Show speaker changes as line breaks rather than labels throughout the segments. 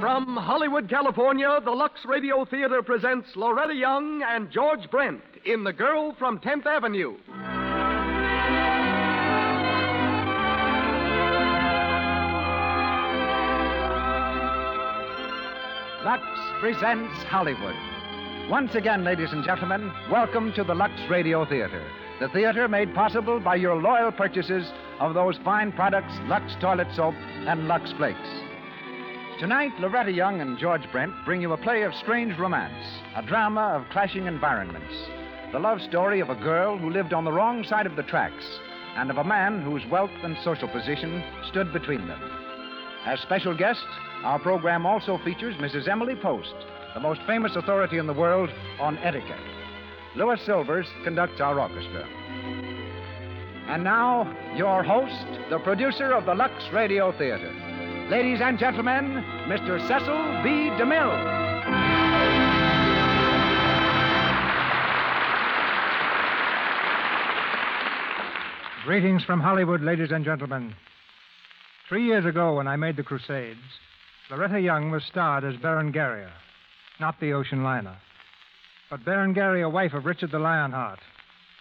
From Hollywood, California, the Lux Radio Theater presents Loretta Young and George Brent in The Girl from 10th Avenue.
Lux presents Hollywood. Once again, ladies and gentlemen, welcome to the Lux Radio Theater, the theater made possible by your loyal purchases of those fine products Lux Toilet Soap and Lux Flakes. Tonight, Loretta Young and George Brent bring you a play of strange romance, a drama of clashing environments, the love story of a girl who lived on the wrong side of the tracks, and of a man whose wealth and social position stood between them. As special guest, our program also features Mrs. Emily Post, the most famous authority in the world on etiquette. Louis Silvers conducts our orchestra. And now, your host, the producer of the Lux Radio Theater. Ladies and gentlemen, Mr. Cecil B. DeMille.
Greetings from Hollywood, ladies and gentlemen. Three years ago, when I made the Crusades, Loretta Young was starred as Berengaria, not the ocean liner, but Berengaria, wife of Richard the Lionheart,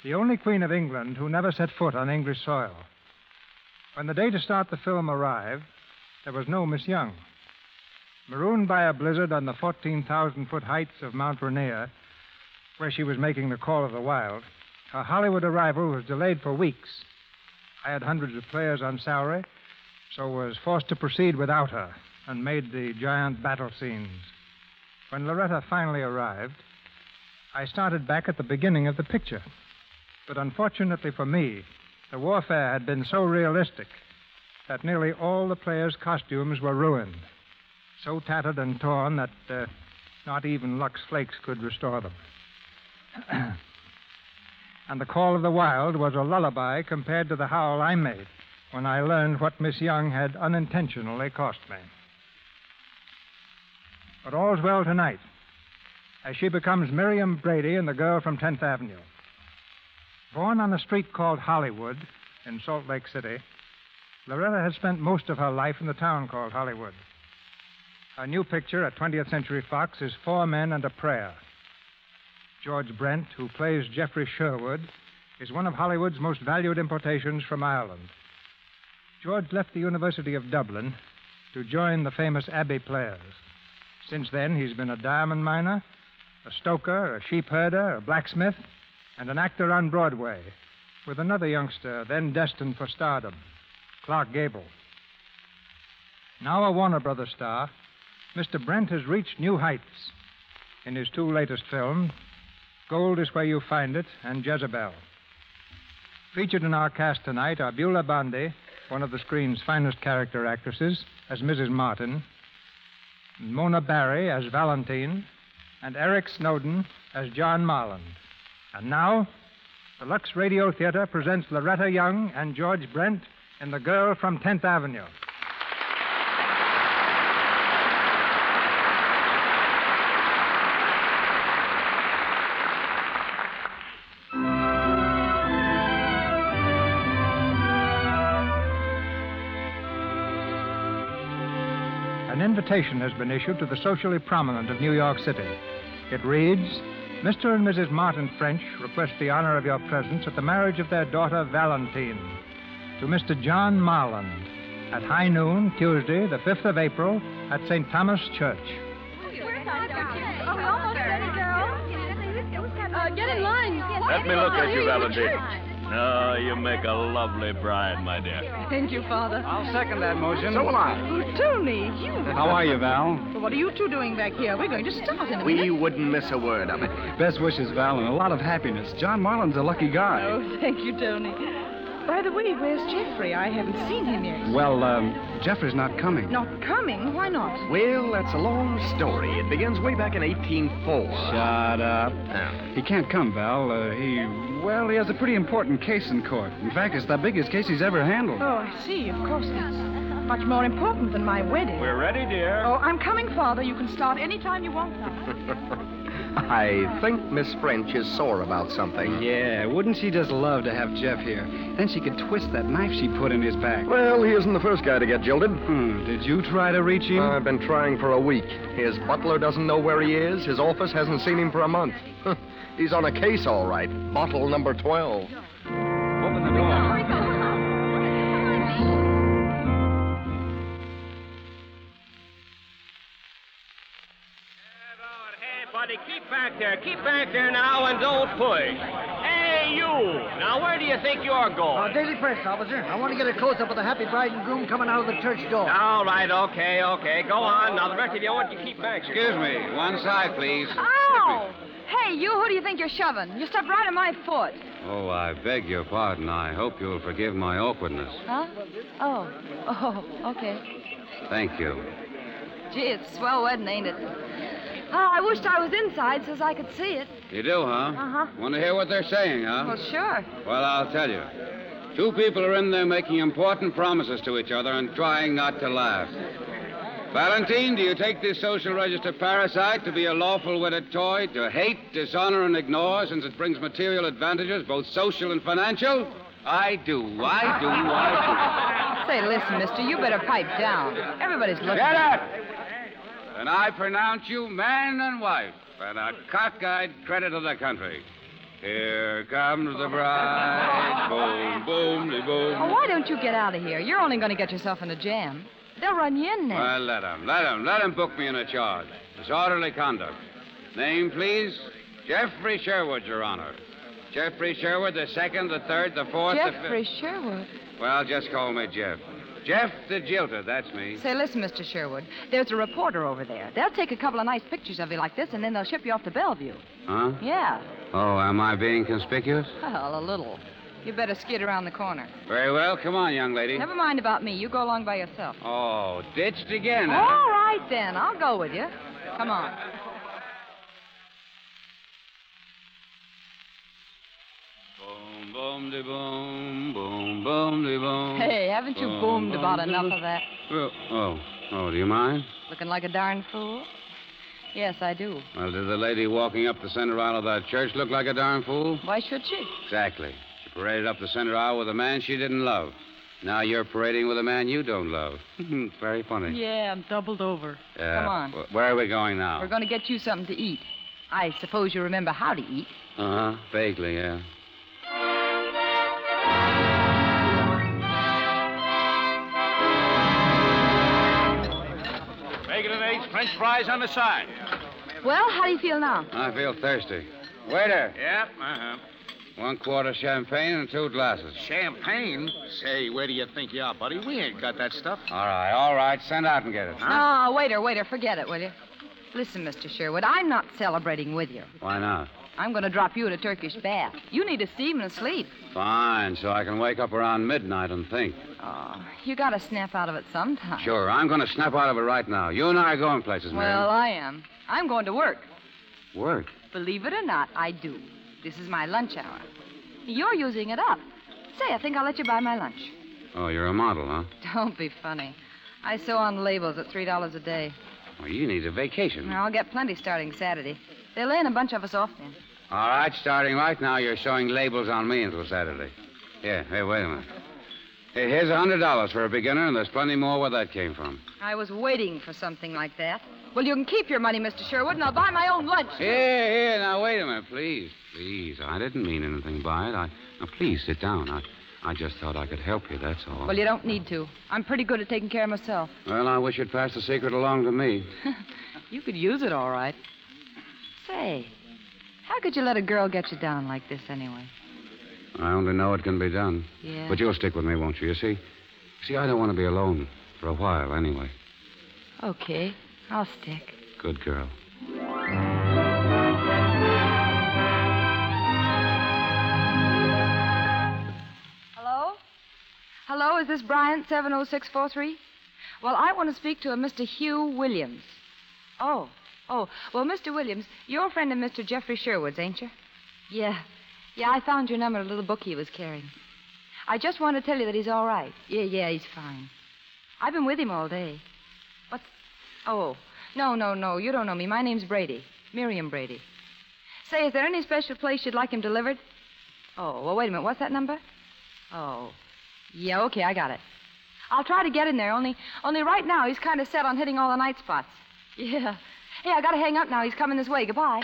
the only queen of England who never set foot on English soil. When the day to start the film arrived, there was no Miss Young. Marooned by a blizzard on the 14,000 foot heights of Mount Rainier, where she was making the call of the wild, her Hollywood arrival was delayed for weeks. I had hundreds of players on salary, so was forced to proceed without her and made the giant battle scenes. When Loretta finally arrived, I started back at the beginning of the picture. But unfortunately for me, the warfare had been so realistic that nearly all the players' costumes were ruined, so tattered and torn that uh, not even Lux Flakes could restore them. and the call of the wild was a lullaby compared to the howl I made when I learned what Miss Young had unintentionally cost me. But all's well tonight, as she becomes Miriam Brady and the girl from 10th Avenue. Born on a street called Hollywood in Salt Lake City, Loretta had spent most of her life in the town called Hollywood. Her new picture at 20th Century Fox is Four Men and a Prayer. George Brent, who plays Jeffrey Sherwood, is one of Hollywood's most valued importations from Ireland. George left the University of Dublin to join the famous Abbey Players. Since then, he's been a diamond miner, a stoker, a sheep herder, a blacksmith, and an actor on Broadway with another youngster then destined for stardom, Clark Gable. Now a Warner Brothers star, Mr. Brent has reached new heights. In his two latest films, Gold is Where You Find It and Jezebel. Featured in our cast tonight are Beulah Bondi, one of the screen's finest character actresses, as Mrs. Martin, Mona Barry as Valentine, and Eric Snowden as John Marland. And now, the Lux Radio Theater presents Loretta Young and George Brent in The Girl from 10th Avenue. An invitation has been issued to the socially prominent of New York City. It reads Mr. and Mrs. Martin French request the honor of your presence at the marriage of their daughter, Valentine. to Mr. John Marland at high noon, Tuesday, the 5th of April, at St. Thomas Church.
Oh,
Uh, get in line.
Let me look at you, Valentine. Oh, you make a lovely bride, my dear.
Thank you, Father. Oh,
I'll second that motion.
So will I.
Tony, you.
How are you, Val?
What are you two doing back here? We're going to start in a minute.
We wouldn't miss a word of it.
Best wishes, Val, and a lot of happiness. John Marlin's a lucky guy.
Oh, thank you, Tony. By the way, where's Jeffrey? I haven't seen him yet.
Well, um, Jeffrey's not coming.
Not coming? Why not?
Well, that's a long story. It begins way back in 1804.
Shut up.
Now,
He can't come, Val. Uh, he, well, he has a pretty important case in court. In fact, it's the biggest case he's ever handled.
Oh, I see. Of course it's much more important than my wedding.
We're ready, dear.
Oh, I'm coming, Father. You can start any time you want.
I think Miss French is sore about something.
Yeah, wouldn't she just love to have Jeff here? Then she could twist that knife she put in his back.
Well, he isn't the first guy to get jilted.
Hmm, did you try to reach him?
I've been trying for a week. His butler doesn't know where he is. His office hasn't seen him for a month. He's on a case, all right. Bottle number 12.
Open the door.
Hey, buddy, keep back there. Keep back there now and don't push. Hey, you! Now, where do you think you're going?
Daily Press, officer. I want to get a close up of the happy bride and groom coming out of the church door.
All right, okay, okay. Go on. Now, the rest of you, I want you to keep back.
Excuse me. One side, please.
Ow! Oh! Hey, you, who do you think you're shoving? You stepped right on my foot.
Oh, I beg your pardon. I hope you'll forgive my awkwardness.
Huh? Oh. Oh, okay.
Thank you.
Gee, it's a swell wedding, ain't it? Oh, I wished I was inside so's I could see it.
You do, huh?
Uh-huh.
Want to hear what they're saying, huh?
Well, sure.
Well, I'll tell you. Two people are in there making important promises to each other and trying not to laugh. Valentine, do you take this social register parasite to be a lawful wedded toy, to hate, dishonor, and ignore since it brings material advantages, both social and financial? I do. I do. I
Say, listen, mister, you better pipe down. Everybody's
do.
looking.
Get up! And I pronounce you man and wife, and a cockeyed credit of the country. Here comes the bride. Boom, boom, de boom.
Oh, why don't you get out of here? You're only going to get yourself in a jam. They'll run you in there.
Well, let him, let him, let him book me in a charge. Disorderly conduct. Name, please? Jeffrey Sherwood, Your Honor. Jeffrey Sherwood, the second, the third, the fourth,
Jeffrey Sherwood.
the fifth. Well, just call me Jeff. Jeff the Jilted, that's me.
Say, listen, Mr. Sherwood, there's a reporter over there. They'll take a couple of nice pictures of you like this, and then they'll ship you off to Bellevue.
Huh?
Yeah.
Oh, am I being conspicuous?
Well, a little. You better skid around the corner.
Very well. Come on, young lady.
Never mind about me. You go along by yourself.
Oh, ditched again,
All
huh?
right, then. I'll go with you. Come on.
Boom, boom, de boom, boom, boom, de boom.
Hey, haven't you
Boom,
boomed
boom,
about
de
enough
boom.
of that?
Well, oh, oh, do you mind?
Looking like a darn fool? Yes, I do.
Well, did the lady walking up the center aisle of that church look like a darn fool?
Why should she?
Exactly. She paraded up the center aisle with a man she didn't love. Now you're parading with a man you don't love. it's very funny.
Yeah, I'm doubled over.
Yeah.
come on.
Wh- Where are we going now?
We're going to get you something to eat. I suppose you remember how to eat.
Uh huh. Vaguely, yeah.
Bacon and eggs, french fries on the side.
Well, how do you feel now?
I feel thirsty. Waiter,
Yep, uh-huh.
one quart of champagne and two glasses.
Champagne? Say, where do you think you are, buddy? We ain't got that stuff.
All right, all right. Send out and get it.
No, Ah, waiter, waiter, forget it, will you? Listen, Mr. Sherwood, I'm not celebrating with you.
Why not?
I'm going to drop you in a Turkish bath. You need a steam and a sleep.
Fine, so I can wake up around midnight and think.
Oh, you got to snap out of it sometime.
Sure, I'm going to snap out of it right now. You and I are going places,
Well,
Mary.
I am. I'm going to work.
Work.
Believe it or not, I do. This is my lunch hour. You're using it up. Say, I think I'll let you buy my lunch.
Oh, you're a model, huh?
Don't be funny. I sew on labels at $3 a day.
Well, you need a vacation.
I'll get plenty starting Saturday. They're laying a bunch of us off then.
All right, starting right now, you're showing labels on me until Saturday. Here, hey, wait a minute. Hey, here's a hundred dollars for a beginner, and there's plenty more where that came from.
I was waiting for something like that. Well, you can keep your money, Mr. Sherwood, and I'll buy my own lunch.
Here, here, now wait a minute, please, please. I didn't mean anything by it. I now please sit down. I, I just thought I could help you, that's all.
Well, you don't need to. I'm pretty good at taking care of myself.
Well, I wish you'd pass the secret along to me.
You could use it, all right. Say, how could you let a girl get you down like this anyway?
I only know it can be done.
Yeah.
But you'll stick with me, won't you? You see? See, I don't want to be alone. For a while, anyway.
Okay, I'll stick.
Good girl.
Hello? Hello, is this Bryant 70643? Well, I want to speak to a Mr. Hugh Williams. Oh, oh. Well, Mr. Williams, you're a friend of Mr. Jeffrey Sherwood's, ain't you? Yeah. Yeah, I found your number in a little book he was carrying. I just want to tell you that he's all right. Yeah, yeah, he's fine. I've been with him all day. What's. Oh, no, no, no. You don't know me. My name's Brady. Miriam Brady. Say, is there any special place you'd like him delivered? Oh, well, wait a minute. What's that number? Oh. Yeah, okay, I got it. I'll try to get in there, only only right now he's kind of set on hitting all the night spots. Yeah. Hey, I gotta hang up now. He's coming this way. Goodbye.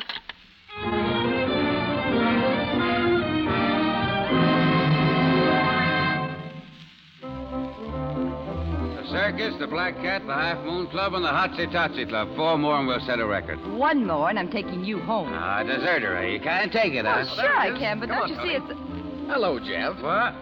The Circus, the Black Cat, the Half Moon Club, and the Hotsy Totsy Club. Four more and we'll set a record.
One more, and I'm taking you home.
Ah, deserter, eh? You can't take it, huh?
Well, sure I can, but
Come
don't
on,
you see it's.
Hello, Jeff.
What?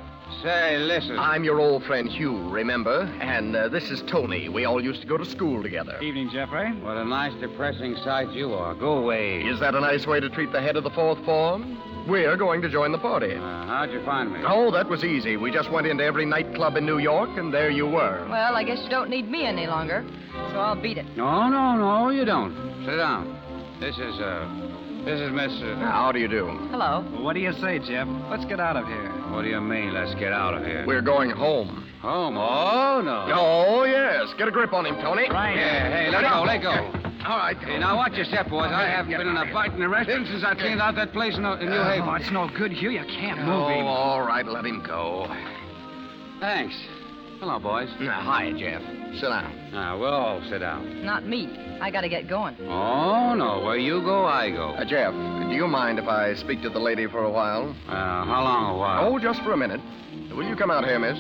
Say, listen.
I'm your old friend Hugh, remember? And uh, this is Tony. We all used to go to school together.
Evening, Jeffrey. What a nice, depressing sight you are. Go away.
Is that a nice way to treat the head of the fourth form? We're going to join the party.
Uh, how'd you find me?
Oh, that was easy. We just went into every nightclub in New York, and there you were.
Well, I guess you don't need me any longer, so I'll beat it.
No, no, no, you don't. Sit down. This is, uh, this is Miss. Uh,
How do you do?
Hello.
What do you say, Jeff? Let's get out of here. What do you mean, let's get out of here?
We're going home.
Home? Oh, no.
Oh, yes. Get a grip on him, Tony.
Right. Yeah, hey, let go, let go.
All right.
Hey, now watch your step, boys. I haven't been in a biting arrested since I cleaned out that place in, uh, in New Haven.
Oh,
it's no good, Hugh. You can't
Oh, all right. Let him go.
Thanks. Hello, boys.
Now, hi, Uh, Jeff. Sit down.
Now, we'll all sit down.
Not me. I gotta get going.
Oh, no. Where you go, I go.
Uh, Jeff, do you mind if I speak to the lady for a while?
Uh, how long a while?
Oh, just for a minute. Will you come out here, miss?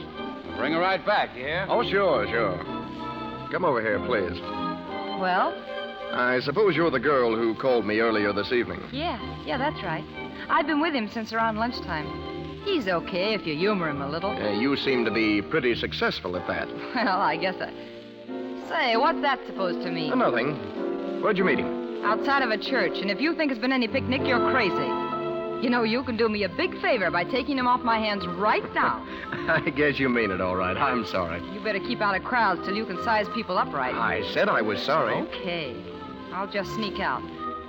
Bring her right back, you hear?
Oh, sure, sure. Come over here, please.
Well,
I suppose you're the girl who called me earlier this evening.
yeah, yeah, that's right. I've been with him since around lunchtime. He's okay if you humor him a little.
Uh, you seem to be pretty successful at that.
Well, I guess I. Say, what's that supposed to mean?
Uh, nothing. Where'd you meet him?
Outside of a church, and if you think it's been any picnic, you're crazy. You know, you can do me a big favor by taking him off my hands right now.
I guess you mean it all right. I'm sorry.
You better keep out of crowds till you can size people up right.
I said I was sorry.
Okay. I'll just sneak out.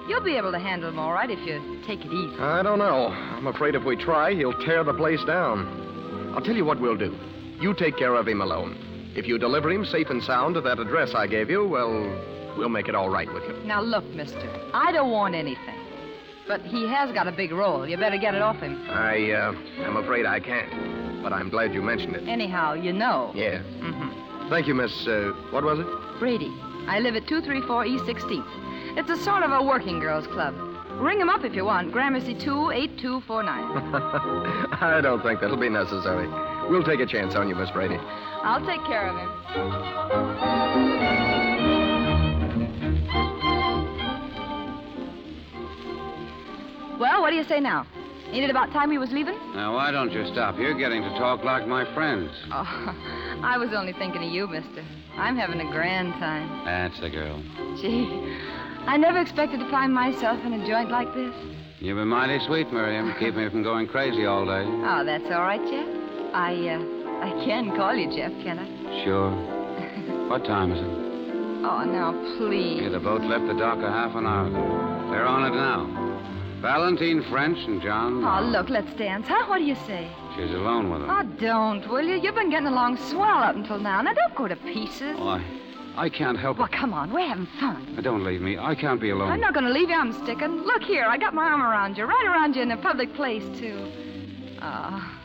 You'll be able to handle him all right if you take it easy.
I don't know. I'm afraid if we try, he'll tear the place down. I'll tell you what we'll do. You take care of him alone. If you deliver him safe and sound to that address I gave you, well, we'll make it all right with you.
Now, look, mister, I don't want anything. But he has got a big role. You better get it off him.
I, uh, I'm afraid I can't. But I'm glad you mentioned it.
Anyhow, you know.
Yeah. Mm-hmm. Thank you, Miss. Uh, what was it?
Brady, I live at 234 East 16th. E It's a sort of a working girls' club. Ring him up if you want. Gramercy 28249.
I don't think that'll be necessary. We'll take a chance on you, Miss Brady.
I'll take care of him. Well, what do you say now? Ain't it about time he was leaving?
Now, why don't you stop? You're getting to talk like my friends.
Oh, I was only thinking of you, mister. I'm having a grand time.
That's the girl.
Gee, I never expected to find myself in a joint like this.
You've been mighty sweet, Miriam, keeping me from going crazy all day.
Oh, that's all right, Jeff. I, uh, I can call you Jeff, can I?
Sure. What time is it?
Oh, now, please.
Yeah, the boat left the dock a half an hour ago. They're on it now. Valentine French and John.
Oh, look, let's dance, huh? What do you say?
She's alone with him.
Oh, don't, will you? You've been getting along swell up until now. Now, don't go to pieces.
Oh, I, I can't help
Well, come on, we're having fun.
it. Don't leave me. I can't be
I'm
alone.
not going to leave you. I'm sticking. Look here, I got my arm around you, right around you in a public place, too. Oh,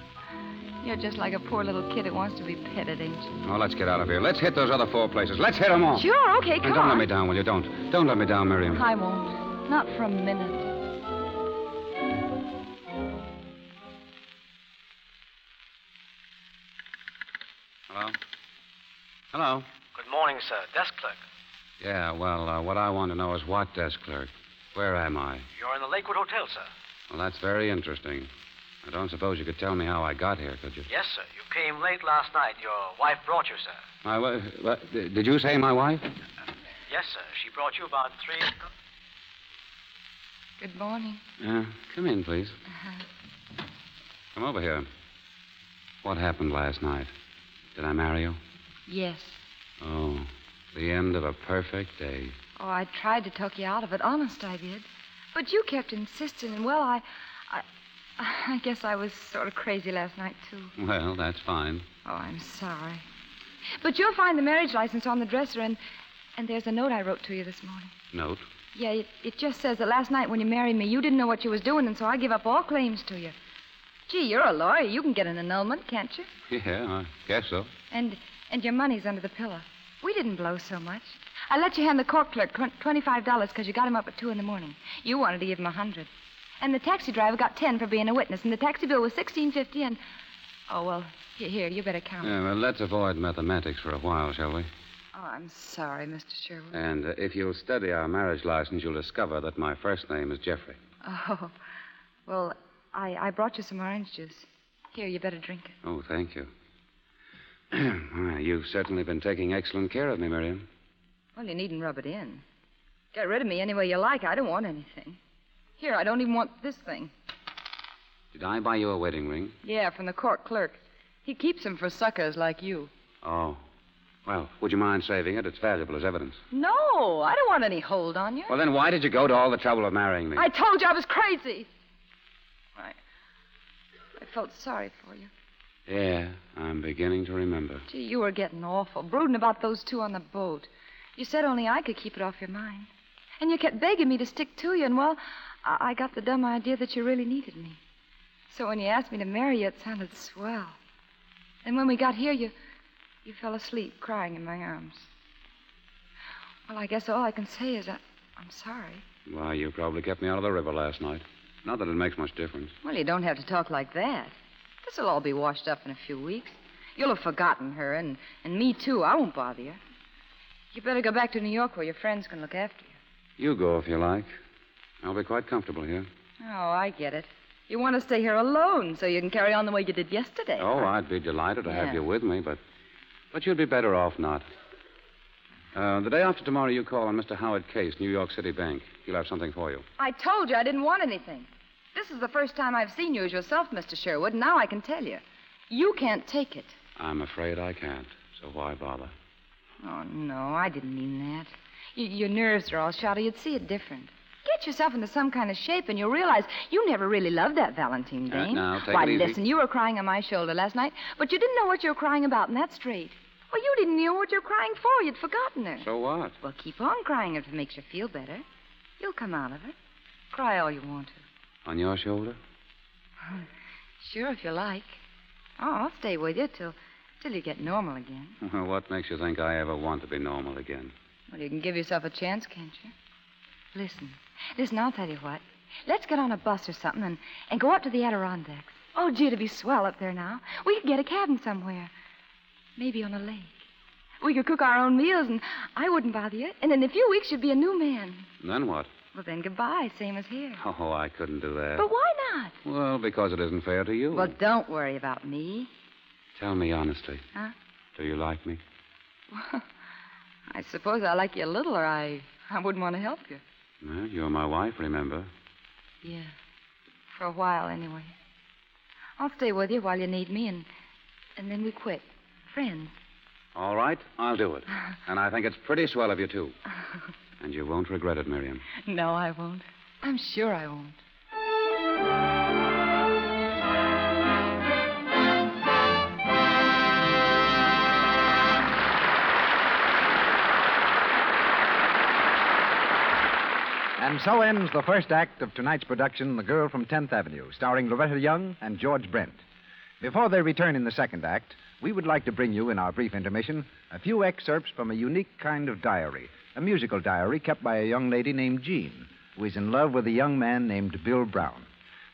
you're just like a poor little kid that wants to be petted, ain't you?
Oh, let's get out of here. Let's hit those other four places. Let's hit them all.
Sure, okay, come
And don't
on.
let me down, will you? Don't. Don't let me down, Miriam.
I won't. Not for a minute.
Hello? Hello?
Good morning, sir. Desk clerk.
Yeah, well, uh, what I want to know is what desk clerk? Where am I?
You're in the Lakewood Hotel, sir.
Well, that's very interesting. I don't suppose you could tell me how I got here, could you?
Yes, sir. You came late last night. Your wife brought you, sir.
My wife. What, did you say my wife?
Yes, sir. She brought you about three.
Good morning.
Uh, come in, please. Come over here. What happened last night? Did I marry you?
Yes.
Oh, the end of a perfect day.
Oh, I tried to talk you out of it. Honest, I did. But you kept insisting, and well, I. I, I guess I was sort of crazy last night, too.
Well, that's fine.
Oh, I'm sorry. But you'll find the marriage license on the dresser, and. And there's a note I wrote to you this morning.
Note.
Yeah, it, it just says that last night when you married me, you didn't know what you was doing, and so I give up all claims to you. Gee, you're a lawyer. You can get an annulment, can't you?
Yeah, I guess so.
And and your money's under the pillow. We didn't blow so much. I let you hand the court clerk tw- twenty-five dollars because you got him up at two in the morning. You wanted to give him a hundred, and the taxi driver got ten for being a witness, and the taxi bill was sixteen fifty. And oh well, here, here you better count.
Yeah, well, let's avoid mathematics for a while, shall we?
Oh, I'm sorry, Mr. Sherwood.
And uh, if you'll study our marriage license, you'll discover that my first name is Jeffrey.
Oh, well, I I brought you some orange juice. Here, you better drink it.
Oh, thank you. Why, You've certainly been taking excellent care of me, Miriam.
Well, you needn't rub it in. Get rid of me any way you like. I don't want anything. Here, I don't even want this thing.
Did I buy you a wedding ring?
Yeah, from the court clerk. He keeps 'em for suckers like you.
Oh. Well, would you mind saving it? It's valuable as evidence.
No, I don't want any hold on you.
Well, then why did you go to all the trouble of marrying me?
I told you I was crazy. I, I felt sorry for you.
Yeah, I'm beginning to remember.
Gee, you were getting awful, brooding about those two on the boat. You said only I could keep it off your mind. And you kept begging me to stick to you, and well, I, I got the dumb idea that you really needed me. So when you asked me to marry you, it sounded swell. And when we got here, you, you fell asleep, crying in my arms. Well, I guess all I can say is I, I'm sorry.
Why, you probably kept me out of the river last night. Not that it makes much difference.
Well, you don't have to talk like that. This'll all be washed up in a few weeks. You'll have forgotten her, and, and me too. I won't bother you. You better go back to New York where your friends can look after
You go if you like. I'll be quite comfortable here.
you. Oh, I get it. You want to stay here alone so you can carry on the way you did yesterday.
Oh, I'd be delighted to have
Yeah.
you with me, but but you'd be better off not. Uh, the day after tomorrow, you call on Mr. Howard Case, New York City Bank. He'll have something for you.
I told you I didn't want anything. This is the first time I've seen you as yourself, Mr. Sherwood, and now I can tell you. You can't take it.
I'm afraid I can't, so why bother?
Oh, no, I didn't mean that. Y- your nerves are all shot, or you'd see it different. Get yourself into some kind of shape, and you'll realize you never really loved that Valentine
Uh,
Dane.
now, take
Why,
it easy.
listen, you were crying on my shoulder last night, but you didn't know what you were crying about, and that's straight. Well, you didn't know what you were crying for. You'd forgotten her.
So what?
Well, keep on crying if it makes you feel better. You'll come out of it. Cry all you want to.
On your shoulder?
Sure, if you like. Oh, I'll stay with you till, till you get normal again.
what makes you think I ever want to be normal again?
Well, you can give yourself a chance, can't you? Listen, listen, I'll tell you what. Let's get on a bus or something and, and go up to the Adirondacks. Oh, gee, it'd be swell up there now. We could get a cabin somewhere. Maybe on a lake. We could cook our own meals, and I wouldn't bother you. And in a few weeks, you'd be a new man.
And then what?
Well, then goodbye, same as here.
Oh, I couldn't do that.
But why not?
Well, because it isn't fair to you.
Well, don't worry about me.
Tell me honestly,
Huh?
do you like me?
I suppose I like you a little, or I, I wouldn't want to help you.
Well, you're my wife, remember?
Yeah. For a while, anyway. I'll stay with you while you need me, and and then we quit. Friends.
All right, I'll do it. And I think it's pretty swell of you, too. And you won't regret it, Miriam.
No, I won't. I'm sure I won't.
And so ends the first act of tonight's production, The Girl from 10th Avenue, starring Loretta Young and George Brent. Before they return in the second act, we would like to bring you, in our brief intermission, a few excerpts from a unique kind of diary, a musical diary kept by a young lady named Jean, who is in love with a young man named Bill Brown.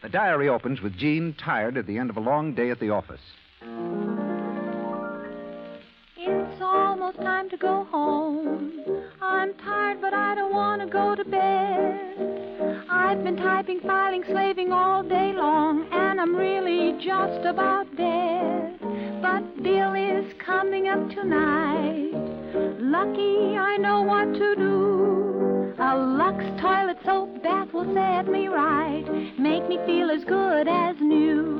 The diary opens with Jean tired at the end of a long day at the office.
almost time to go home. I'm tired, but I don't want to go to bed. I've been typing, filing, slaving all day long, and I'm really just about dead. But Bill is coming up tonight. Lucky I know what to do. A Lux toilet soap bath will set me right, make me feel as good as new.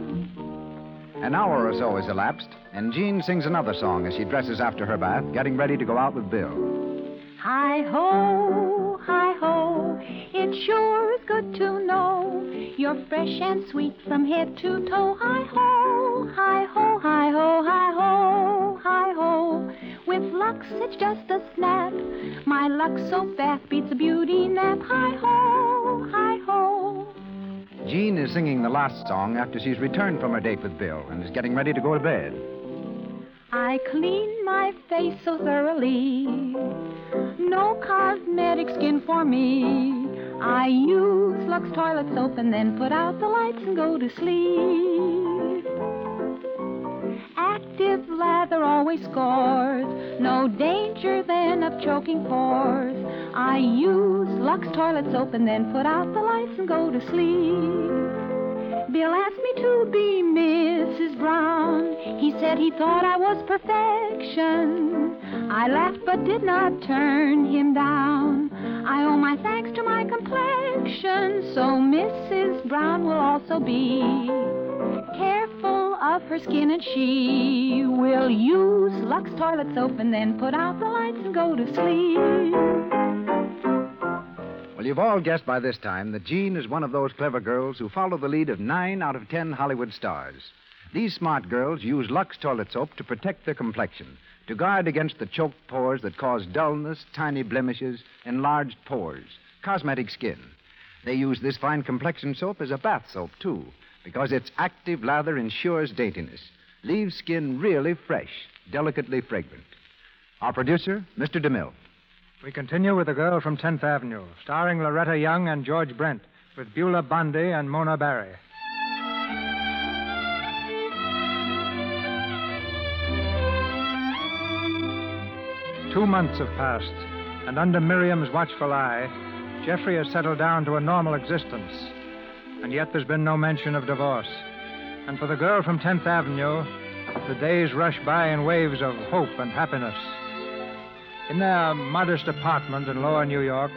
An hour or so has elapsed, and Jean sings another song as she dresses after her bath, getting ready to go out with Bill.
Hi ho, hi ho, it sure is good to know you're fresh and sweet from head to toe. Hi ho, hi ho, hi ho, hi ho, hi ho. With Lux, it's just a snap. My Lux soap bath beats a beauty nap. Hi ho, hi ho.
Jean is singing the last song after she's returned from her date with Bill and is getting ready to go to bed.
I clean my face so thoroughly. No cosmetic skin for me. I use Lux toilet soap and then put out the lights and go to sleep. Active lather always scores. No danger then of choking pores. I use Lux toilet soap and then put out the lights and go to sleep. Bill asked me to be Mrs. Brown. He said he thought I was perfection. I laughed but did not turn him down. I owe my thanks to my complexion, so Mrs. Brown will also be careful of her skin and she will use Lux toilet soap and then put out the lights and go to sleep.
Well, you've all guessed by this time that Jean is one of those clever girls who follow the lead of nine out of ten Hollywood stars. These smart girls use Lux toilet soap to protect their complexion, to guard against the choked pores that cause dullness, tiny blemishes, enlarged pores, cosmetic skin. They use this fine complexion soap as a bath soap, too, because its active lather ensures daintiness, leaves skin really fresh, delicately fragrant. Our producer, Mr. DeMille.
We continue with The Girl from 10th Avenue, starring Loretta Young and George Brent, with Beulah Bundy and Mona Barry. Two months have passed, and under Miriam's watchful eye, Jeffrey has settled down to a normal existence. And yet there's been no mention of divorce. And for the girl from 10th Avenue, the days rush by in waves of hope and happiness. In their modest apartment in lower New York,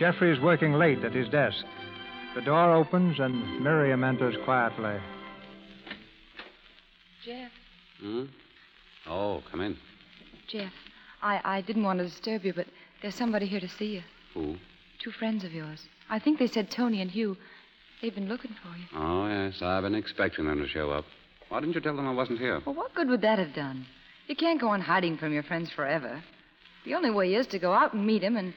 Jeffrey is working late at his desk. The door opens and Miriam enters quietly.
Jeff,
Hmm? Oh, come in.
Jeff, I, I didn't want to disturb you, but there's somebody here to see you.
Who?
Two friends of yours. I think they said Tony and Hugh. They've been looking for you.
Oh, yes. I've been expecting them to show up. Why didn't you tell them I wasn't here?
Well, what good would that have done? You can't go on hiding from your friends forever. The only way is to go out and meet him and,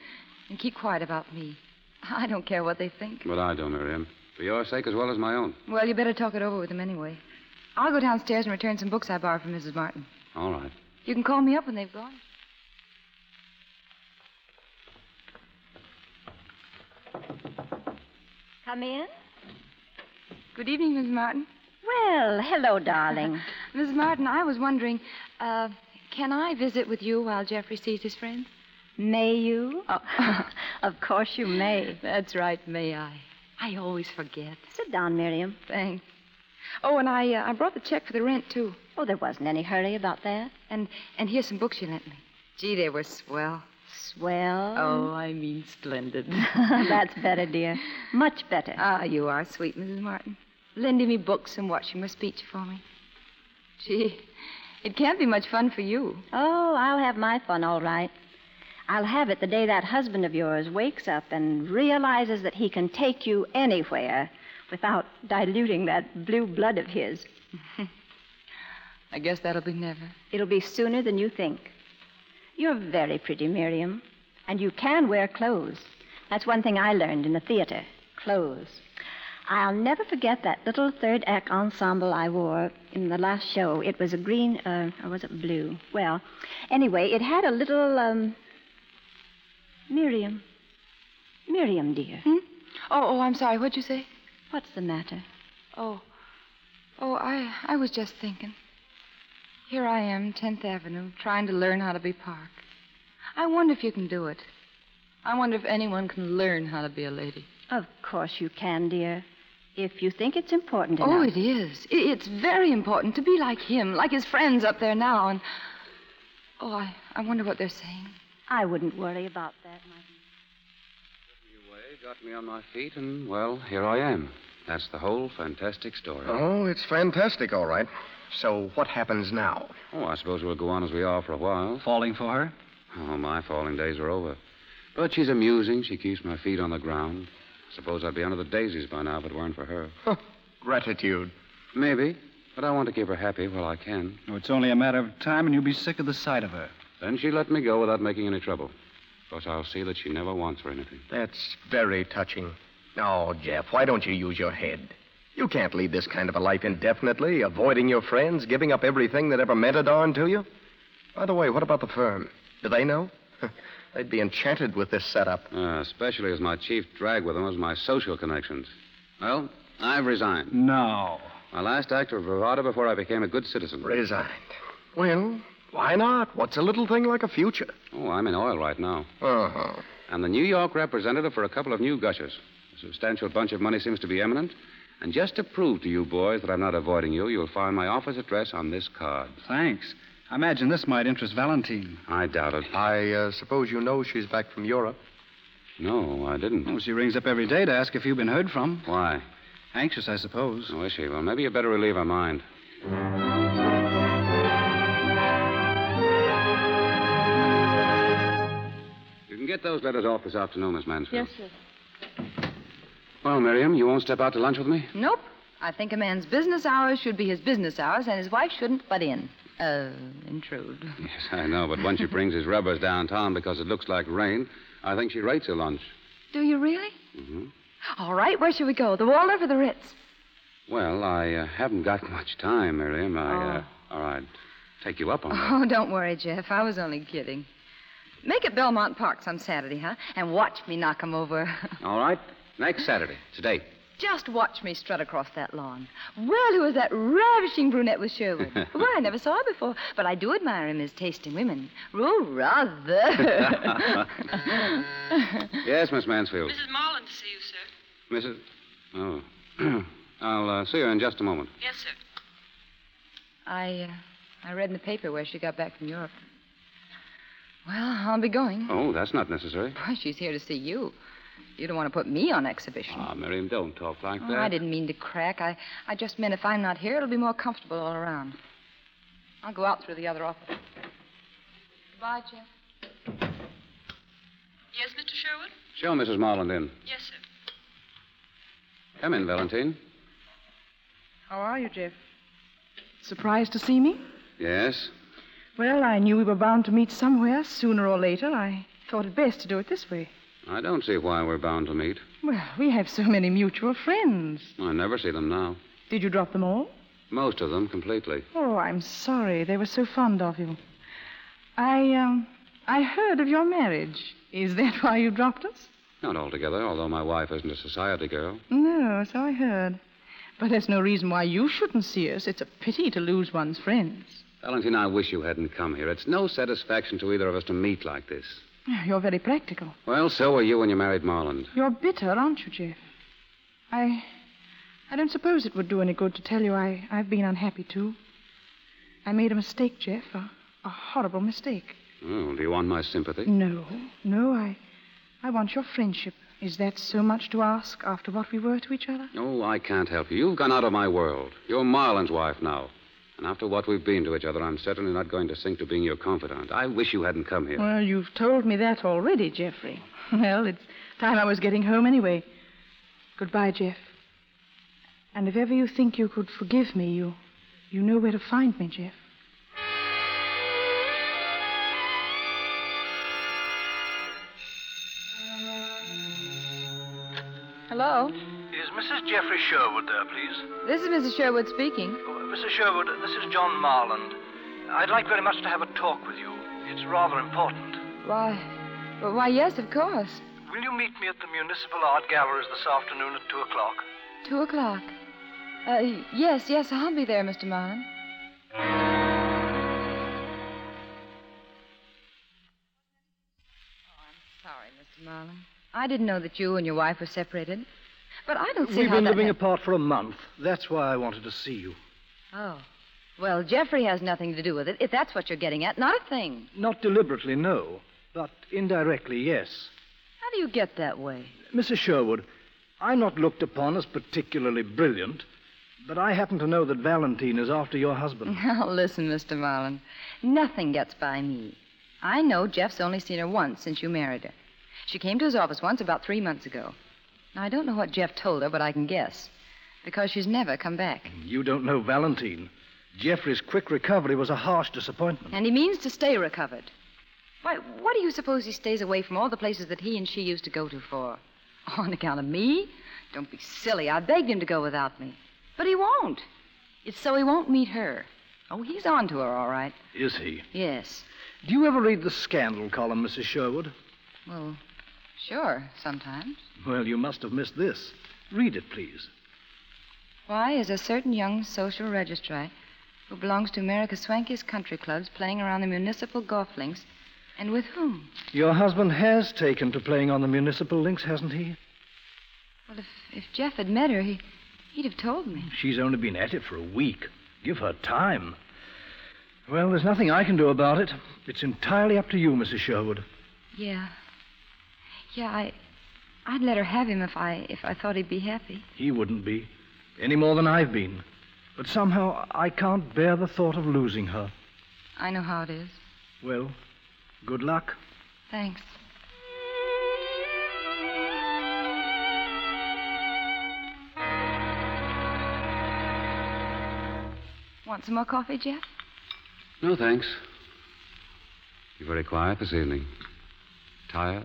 and keep quiet about me. I don't care what they think.
But I do, Miriam. For your sake as well as my own.
Well, you better talk it over with them anyway. I'll go downstairs and return some books I borrowed from Mrs. Martin.
All right.
You can call me up when they've gone.
Come in.
Good evening, Mrs. Martin.
Well, hello, darling.
Mrs. Martin, I was wondering, uh, can I visit with you while Jeffrey sees his Oh, friends?
May you? of course you may.
That's right, may I? I always forget.
Sit down, Miriam.
Thanks. Oh, and I uh, I brought the check for the rent too.
Oh, there wasn't any hurry about that.
And and here's some books you lent me. Gee, they were swell.
Swell.
Oh, I mean splendid.
That's better, dear. Much better.
Ah, you are sweet, Mrs. Martin. Lending me books and watching my speech for me. Gee, it can't be much fun for you.
Oh, I'll have my fun, all right. I'll have it the day that husband of yours wakes up and realizes that he can take you anywhere without diluting that blue blood of his.
I guess that'll be never.
It'll be sooner than you think. You're very pretty, Miriam, and you can wear clothes. That's one thing I learned in the theater clothes. I'll never forget that little third act ensemble I wore in the last show. It was a green, uh, or was it blue? Well, anyway, it had a little, um, Miriam. Miriam, dear.
Oh, oh, I'm sorry. What'd you say?
What's the matter?
Oh, oh, I I was just thinking. Here I am, 10th Avenue, trying to learn how to be Park. I wonder if you can do it. I wonder if anyone can learn how to be a lady.
Of course you can, dear. If you think it's important enough.
Oh, it is. I- It's very important to be like him, like his friends up there now. And oh, I, I wonder what they're saying.
I wouldn't worry about that, my
Way got me on my feet, and, well, here I am. That's the whole fantastic story.
Oh, it's fantastic, all right. So what happens now?
Oh, I suppose we'll go on as we are for a while. Falling for her? Oh, my falling days are over. But she's amusing. She keeps my feet on the ground. Suppose I'd be under the daisies by now if it weren't for her.
Gratitude.
Maybe. But I want to keep her happy while I can.
Oh, it's only a matter of time, and you'll be sick of the sight of her.
Then she let me go without making any trouble. Of course, I'll see that she never wants for anything.
That's very touching. Oh, Jeff, why don't you use your head? You can't lead this kind of a life indefinitely, avoiding your friends, giving up everything that ever meant a darn to you. By the way, what about the firm? Do they know? They'd be enchanted with this setup.
Uh, especially as my chief drag with them was my social connections. Well, I've resigned.
No.
My last act of bravado before I became a good citizen.
Resigned? Well, why not? What's a little thing like a future?
Oh, I'm in oil right now.
Uh-huh.
I'm the New York representative for a couple of new gushers. A substantial bunch of money seems to be imminent. And just to prove to you boys that I'm not avoiding you, you'll find my office address on this card.
Thanks. I imagine this might interest Valentine.
I doubt it.
I uh, suppose you know she's back from Europe.
No, I didn't.
Oh, she rings up every day to ask if you've been heard from.
Why?
Anxious, I suppose.
Oh, is she? Well, maybe you better relieve her mind. You can get those letters off this afternoon, Miss Mansfield.
sir.
Well, Miriam, you won't step out to lunch with me?
Nope. I think a man's business hours should be his business hours, and his wife shouldn't butt in.
Oh.
Uh, intrude.
Yes, I know, but when she brings his rubbers downtown because it looks like rain, I think she rates her lunch.
Do you really?
hmm
All right, where should we go? The Waldorf or the Ritz?
Well, I uh, haven't got much time, Miriam. I, uh, or I'd take you up on that.
Oh, don't worry, Jeff. I was only kidding. Make it Belmont Park some Saturday, huh? And watch me knock 'em over.
All right, next Saturday, today.
Just watch me strut across that lawn. Well, who was that ravishing brunette with Sherwood? Why, I never saw her before, but I do admire him his taste in women. Oh, rather.
yes, Miss Mansfield.
Mrs. Marlin to see you, sir.
Mrs. Oh. I'll uh, see her in just a moment.
Yes, sir.
I, uh, I read in the paper where she got back from Europe. Well, I'll be going.
Oh, that's not necessary.
Why, she's here to see you. You don't want to put me on exhibition.
Ah, Miriam, don't talk like
Oh,
that.
I didn't mean to crack. I, I just meant if I'm not here, it'll be more comfortable all around. I'll go out through the other office. Goodbye, Jim.
Yes, Mr. Sherwood?
Show Mrs. Marland in.
Yes, sir.
Come in, Valentine.
How are you, Jeff? Surprised to see me?
Yes.
Well, I knew we were bound to meet somewhere sooner or later. I thought it best to do it this way.
I don't see why we're bound to meet.
Well, we have so many mutual friends.
I never see them now.
Did you drop them all?
Most of them completely.
Oh, I'm sorry. They were so fond of you. I, um, I heard of your marriage. Is that why you dropped us?
Not altogether, although my wife isn't a society girl.
No, so I heard. But there's no reason why you shouldn't see us. It's a pity to lose one's friends.
Valentine, I wish you hadn't come here. It's no satisfaction to either of us to meet like this.
You're very practical.
Well, so were you when you married Marland.
You're bitter, aren't you, Jeff? I. I don't suppose it would do any good to tell you I, I've been unhappy, too. I made a mistake, Jeff. A, a horrible mistake.
Oh, do you want my sympathy?
No, no, I. I want your friendship. Is that so much to ask after what we were to each other?
Oh, I can't help you. You've gone out of my world. You're Marlin's wife now. And after what we've been to each other, I'm certainly not going to sink to being your confidant. I wish you hadn't come here.
Well, you've told me that already, Jeffrey. Well, it's time I was getting home anyway. Goodbye, Jeff. And if ever you think you could forgive me, you. You know where to find me, Jeff.
Hello?
Is Mrs. Jeffrey Sherwood there, please?
This is Mrs. Sherwood speaking.
Mrs. Sherwood, this is John Marland. I'd like very much to have a talk with you. It's rather important.
Why, well, why, yes, of course.
Will you meet me at the Municipal Art Galleries this afternoon at 2 o'clock?
Two Oh, o'clock. Uh, yes, yes, I'll be there, Mr. Marlin. sorry, Mr. Marlin. I didn't know that you and your wife were separated. But I don't see
We've
how
been
that
living
ha-
apart for a month. That's why I wanted to see you.
Oh. Well, Jeffrey has nothing to do with it, if that's what you're getting at. Not a thing.
Not deliberately, no, but indirectly, yes.
How do you get that way?
Mrs. Sherwood, I'm not looked upon as particularly brilliant, but I happen to know that Valentine is after your husband.
Now, listen, Mr. Marlin. Nothing gets by me. I know Jeff's only seen her once since you married her. She came to his office once about three months ago. Now, I don't know what Jeff told her, but I can guess. Because she's never come back.
You don't know Valentine. Jeffrey's quick recovery was a harsh disappointment.
And he means to stay recovered. Why, what do you suppose he stays away from all the places that he and she used to go to for? On account of me? Don't be silly. I begged him to go without me. But he won't. It's so he won't meet her. Oh, he's on to her, all right.
Is he?
Yes.
Do you ever read the scandal column, Mrs. Sherwood?
Well, sure, sometimes.
Well, you must have missed this. Read it, please.
Why is a certain young social registrar who belongs to America's swankiest country clubs playing around the municipal golf links? And with whom?
Your husband has taken to playing on the municipal links, hasn't he?
Well, if, if Jeff had met her, he, he'd have told me.
She's only been at it for a week. Give her time. Well, there's nothing I can do about it. It's entirely up to you, Mrs. Sherwood.
Yeah. Yeah, I I'd let her have him if I if I thought he'd be happy.
He wouldn't be, any more than I've been. But somehow I can't bear the thought of losing her.
I know how it is.
Well, good luck.
Thanks. Want some more coffee, Jeff?
No, thanks. You're very quiet this evening. Tired?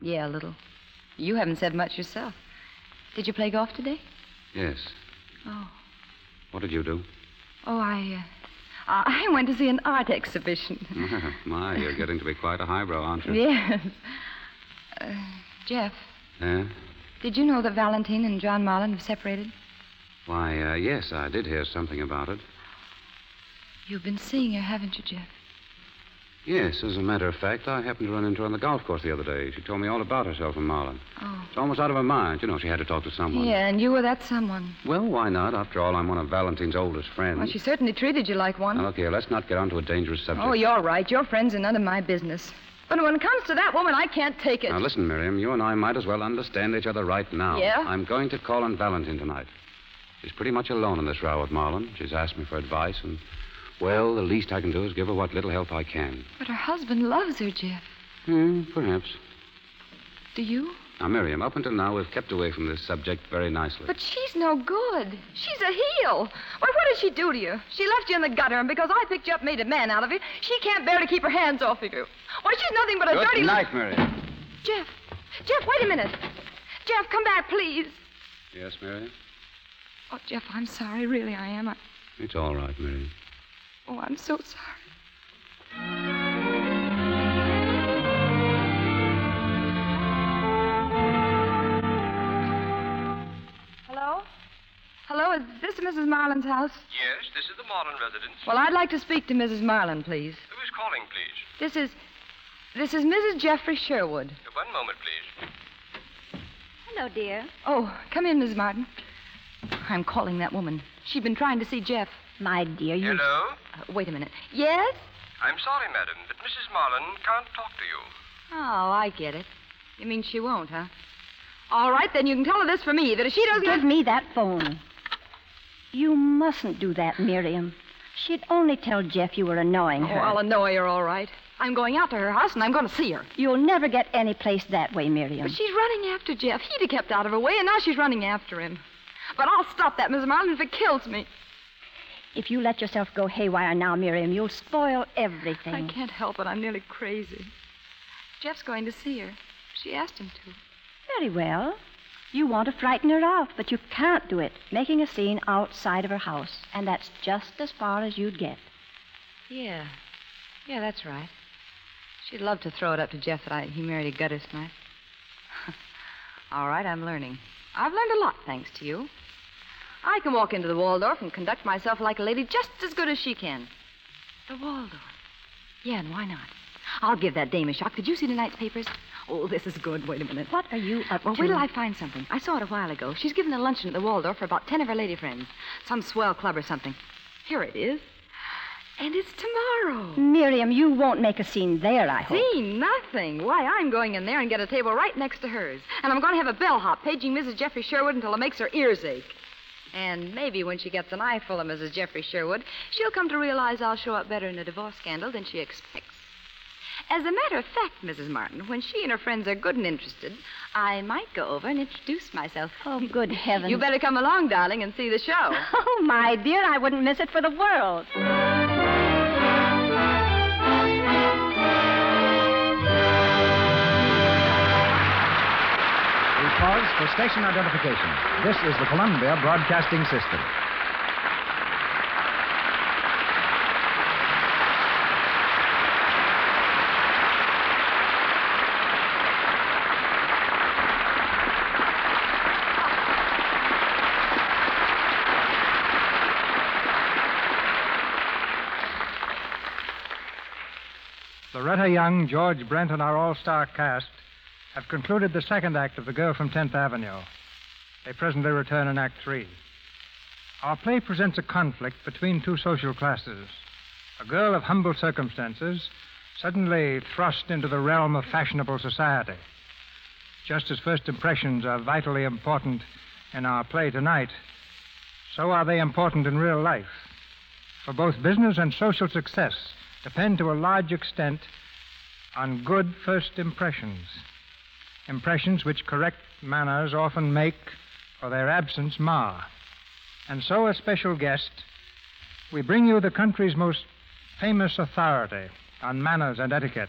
Yeah, a little. You haven't said much yourself. Did you play golf today?
Yes.
Oh.
What did you do?
Oh, I uh, I went to see an art exhibition.
My, you're getting to be quite a highbrow, aren't you?
yes. Uh, Jeff,
Yeah?
did you know that Valentine and John Marlin have separated?
Why, uh, yes, I did hear something about it.
You've been seeing her, haven't you, Jeff?
Yes, as a matter of fact, I happened to run into her on the golf course the other day. She told me all about herself and Marlin.
Oh.
It's almost out of her mind. You know, she had to talk to someone.
Yeah, and you were that someone.
Well, why not? After all, I'm one of Valentine's oldest friends.
Well, she certainly treated you like one.
Now, look here, let's not get onto a dangerous subject.
oh, you're right. Your friends are none of my business. But when it comes to that woman, I can't take it.
Now, listen, Miriam, you and I might as well understand each other right now.
Yeah?
I'm going to call on Valentine tonight. She's pretty much alone in this row with Marlin. She's asked me for advice, and, well, the least I can do is give her what little help I can.
But her husband loves her, Jeff.
Hmm, perhaps.
Do you?
Now, Miriam, up until now, we've kept away from this subject very nicely.
But she's no good. She's a heel. Well, what did she do to you? She left you in the gutter, and because I picked you up, and made a man out of you, she can't bear to keep her hands off of you. Why, she's nothing but a dirty.
Good
li-
night, Miriam.
Jeff. Jeff, wait a minute. Jeff, come back, please.
Yes, Miriam?
Oh, Jeff, I'm sorry. Really, I am. I...
It's all right, Miriam.
Oh, I'm so sorry. Hello? Hello, is this Mrs. Marlin's house?
Yes, this is the Marlin residence.
Well, I'd like to speak to Mrs. Marlin, please.
Who is calling, please?
This is. This is Mrs. Jeffrey Sherwood.
One moment, please.
Hello, dear.
Oh, come in, Mrs. Martin. I'm calling that woman. She'd been trying to see Jeff.
My dear, you.
Hello?
Uh, wait a minute. Yes?
I'm sorry, madam, but Mrs. Marlin can't talk to you.
Oh, I get it. You mean she won't, huh? All right, then you can tell her this for me that if she doesn't.
Give me that phone. You mustn't do that, Miriam. She'd only tell Jeff you were annoying
Oh,
her.
I'll annoy her, all right. I'm going out to her house and I'm going to see her.
You'll never get any place that way, Miriam.
But she's running after Jeff. He'd have kept out of her way, and now she's running after him. But I'll stop that, Mrs. Marlin, if it kills me.
If you let yourself go haywire now, Miriam, you'll spoil everything.
I can't help it. I'm nearly crazy. Jeff's going to see her. She asked him to.
Very well. You want to frighten her off, but you can't do it, making a scene outside of her house. And that's just as far as you'd get.
Yeah. Yeah, that's right. She'd love to throw it up to Jeff that I, he married a gutter snipe. All right, I'm learning. I've learned a lot, thanks to you. I can walk into the Waldorf and conduct myself like a lady just as good as she can. The Waldorf. Yeah, and why not? I'll give that dame a shock. Did you see tonight's papers? Oh, this is good. Wait a minute.
What are you up
Well,
to?
wait till I find something. I saw it a while ago. She's giving a luncheon at the Waldorf for about ten of her lady friends. Some swell club or something. Here it is. And it's tomorrow.
Miriam, you won't make a scene there, I hope.
See, nothing. Why, I'm going in there and get a table right next to hers. And I'm going to have a bellhop paging Mrs. Jeffrey Sherwood until it makes her ears ache. And maybe when she gets an eyeful of Mrs. Jeffrey Sherwood, she'll come to realize I'll show up better in a divorce scandal than she expects. As a matter of fact, Mrs. Martin, when she and her friends are good and interested, I might go over and introduce myself.
Oh, good heavens.
You better come along, darling, and see the show.
Oh, my dear, I wouldn't miss it for the world.
We pause for station identification. This is the Columbia Broadcasting System.
Loretta Young, George Brent, and our all star cast have concluded the second act of The Girl from 10th Avenue. They presently return in Act Three. Our play presents a conflict between two social classes. A girl of humble circumstances suddenly thrust into the realm of fashionable society. Just as first impressions are vitally important in our play tonight, so are they important in real life. For both business and social success depend to a large extent on good first impressions. Impressions which correct manners often make or their absence mar. And so, as special guest, we bring you the country's most famous authority on manners and etiquette.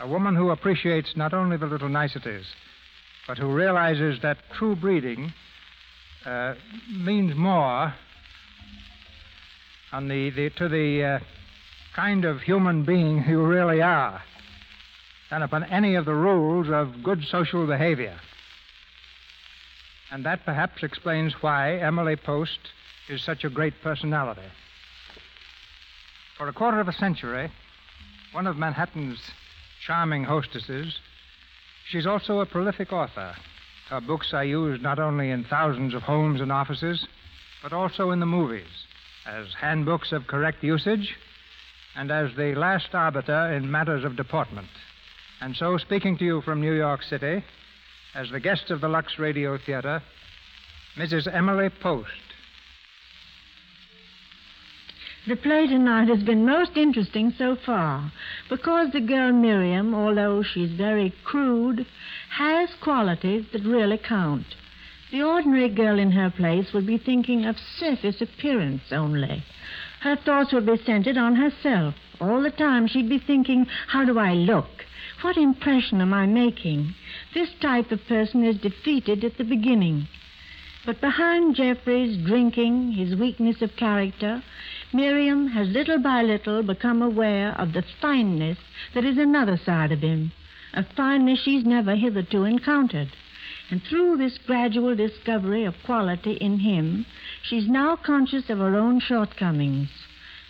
A woman who appreciates not only the little niceties, but who realizes that true breeding uh, means more on the, the to the uh, kind of human being you really are than upon any of the rules of good social behavior. And that perhaps explains why Emily Post is such a great personality. For a quarter of a century, one of Manhattan's charming hostesses, she's also a prolific author. Her books are used not only in thousands of homes and offices, but also in the movies as handbooks of correct usage and as the last arbiter in matters of deportment. And so, speaking to you from New York City, as the guest of the Lux Radio Theater, Mrs. Emily Post.
The play tonight has been most interesting so far because the girl Miriam, although she's very crude, has qualities that really count. The ordinary girl in her place would be thinking of surface appearance only. Her thoughts would be centered on herself. All the time she'd be thinking, how do I look? What impression am I making? This type of person is defeated at the beginning. But behind Jeffrey's drinking, his weakness of character, Miriam has little by little become aware of the fineness that is another side of him, a fineness she's never hitherto encountered. And through this gradual discovery of quality in him, she's now conscious of her own shortcomings.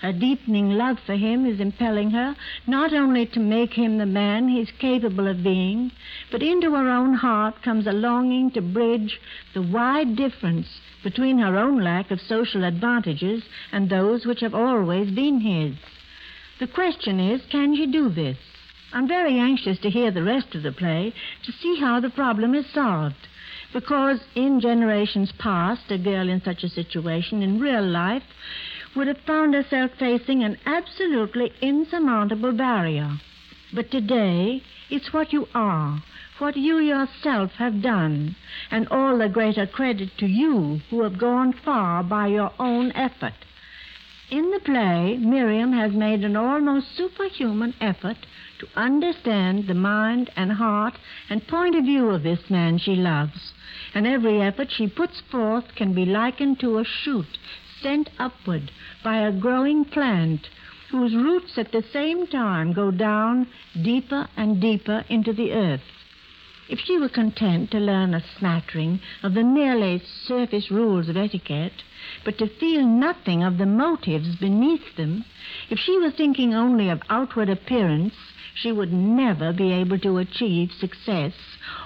Her deepening love for him is impelling her not only to make him the man he's capable of being, but into her own heart comes a longing to bridge the wide difference between her own lack of social advantages and those which have always been his. The question is, can she do this? I'm very anxious to hear the rest of the play to see how the problem is solved. Because in generations past, a girl in such a situation in real life would have found herself facing an absolutely insurmountable barrier. But today, it's what you are, what you yourself have done, and all the greater credit to you who have gone far by your own effort. In the play, Miriam has made an almost superhuman effort to understand the mind and heart and point of view of this man she loves. And every effort she puts forth can be likened to a shoot sent upward by a growing plant whose roots at the same time go down deeper and deeper into the earth. If she were content to learn a smattering of the merely surface rules of etiquette, but to feel nothing of the motives beneath them, if she were thinking only of outward appearance, she would never be able to achieve success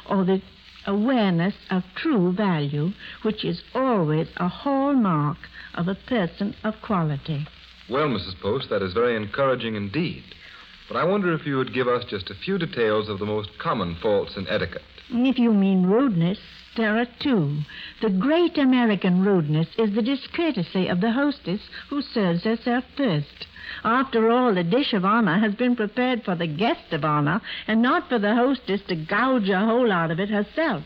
or the awareness of true value, which is always a hallmark of a person of quality.
Well, Mrs. Post, that is very encouraging indeed. But I wonder if you would give us just a few details of the most common faults in etiquette.
If you mean rudeness, there are two. The great American rudeness is the discourtesy of the hostess who serves herself first. After all, the dish of honor has been prepared for the guest of honor and not for the hostess to gouge a hole out of it herself.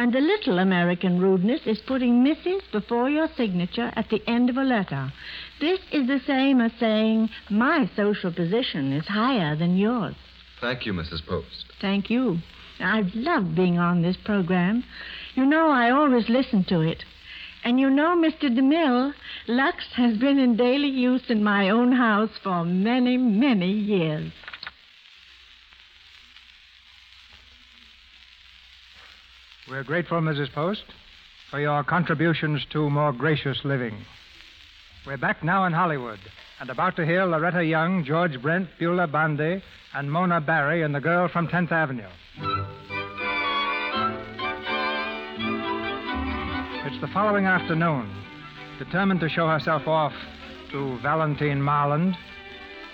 And the little American rudeness is putting Mrs. before your signature at the end of a letter. This is the same as saying, My social position is higher than yours.
Thank you, Mrs. Post.
Thank you. I've loved being on this program. You know, I always listen to it. And you know, Mr. DeMille, Lux has been in daily use in my own house for many, many years.
We're grateful, Mrs. Post, for your contributions to more gracious living. We're back now in Hollywood and about to hear Loretta Young, George Brent, Beulah Bondi, and Mona Barry in The Girl from 10th Avenue. It's the following afternoon. Determined to show herself off to Valentine Marland,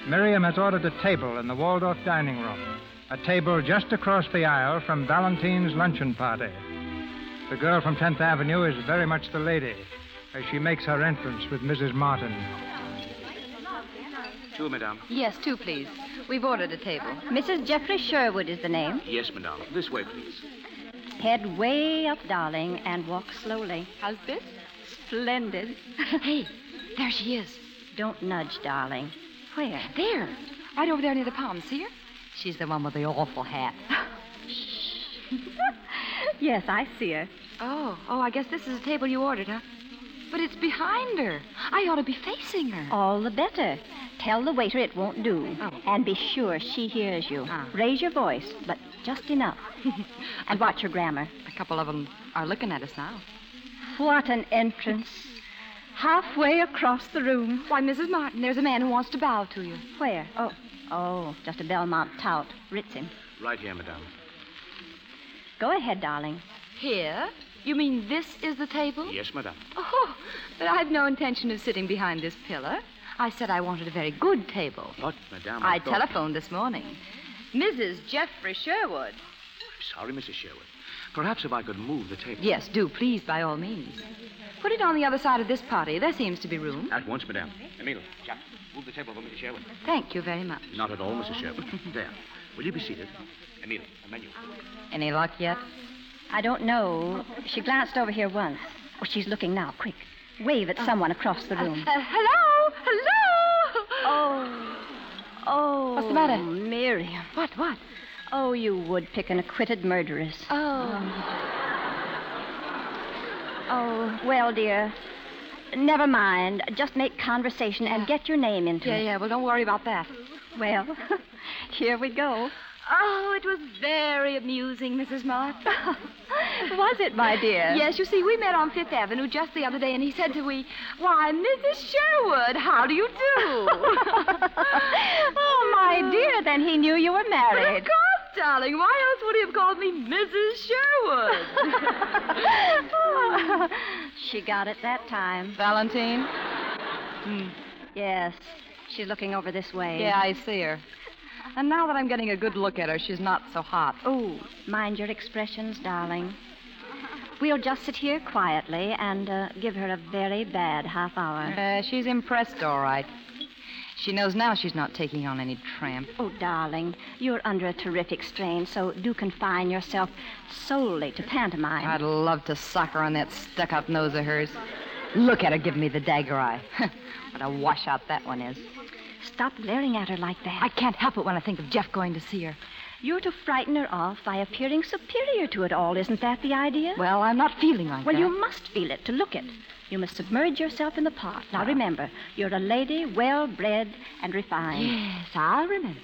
Miriam has ordered a table in the Waldorf dining room, a table just across the aisle from Valentine's luncheon party. The girl from 10th Avenue is very much the lady as she makes her entrance with Mrs. Martin.
Two, madame.
Yes, two, please. We've ordered a table.
Mrs. Jeffrey Sherwood is the name.
Yes, madame. This way, please.
Head way up, darling, and walk slowly.
How's this?
Splendid.
hey, there she is.
Don't nudge, darling. Where?
There. Right over there near the palm. See her?
She's the one with the awful hat. yes, I see her.
Oh, oh, I guess this is the table you ordered, huh? But it's behind her. I ought to be facing her. Oh.
All the better. Tell the waiter it won't do. And be sure she hears you.
Ah.
Raise your voice, but just enough. and watch your grammar.
A couple of them are looking at us now.
What an entrance. Halfway across the room.
Why, Mrs. Martin, there's a man who wants to bow to you.
Where? Oh, oh, just a Belmont tout. Ritz him.
Right here, madame.
Go ahead, darling.
Here? You mean this is the table?
Yes, madame.
Oh, but I've no intention of sitting behind this pillar. I said I wanted a very good table.
Oh,
But, madame,
I,
thought-
telephoned this morning. Mrs. Jeffrey Sherwood.
Sorry, Mrs. Sherwood. Perhaps if I could move the table.
Yes, do please, by all means. Put it on the other side of this party. There seems to be room.
At once, madame. Emil, Jack, move the table for Mrs. Sherwood.
Thank you very much.
Not at all, Mrs. Sherwood. there. Will you be seated? Emil, a menu.
Any luck yet? I don't know. She glanced over here once. Oh, she's looking now. Quick. Wave at someone across the room.
Uh, hello? Hello?
Oh. Oh.
What's the matter?
Miriam.
What? What?
Oh, you would pick an acquitted murderess.
Oh.
Oh, well, dear. Never mind. Just make conversation and get your name into
Yeah,
it.
yeah. Well, don't worry about that.
Well, here we go.
Oh, it was very amusing, Mrs. Mott.
Was it, my dear?
Yes, you see, we met on Fifth Avenue just the other day, and he said to me, Why, Mrs. Sherwood, how do you do?
Oh, my dear, then he knew you were
But of
married.
course, darling. Why else would he have called me Mrs. Sherwood?
she got it that time. Hmm.
Valentine?
Yes. She's looking over this way.
yeah, I see her. And now that I'm getting a good look at her, she's not so hot.
Oh, mind your expressions, darling. We'll just sit here quietly and uh, give her a very bad half hour.
Uh, she's impressed, all right. She knows now she's not taking on any tramp.
Oh, darling, you're under a terrific strain, so do confine yourself solely to pantomime.
I'd love to sock her on that stuck up nose of hers. Look at her give me the dagger eye. what a washout that one is.
Stop glaring at her like that.
I can't help it when I think of Jeff going to see her.
You're to frighten her off by appearing superior to it all. Isn't that the idea?
Well, I'm not feeling like
Well,
that.
you must feel it to look it. You must submerge yourself in the part.
Ah.
Now, remember, you're a lady well bred and refined.
Yes, I'll remember.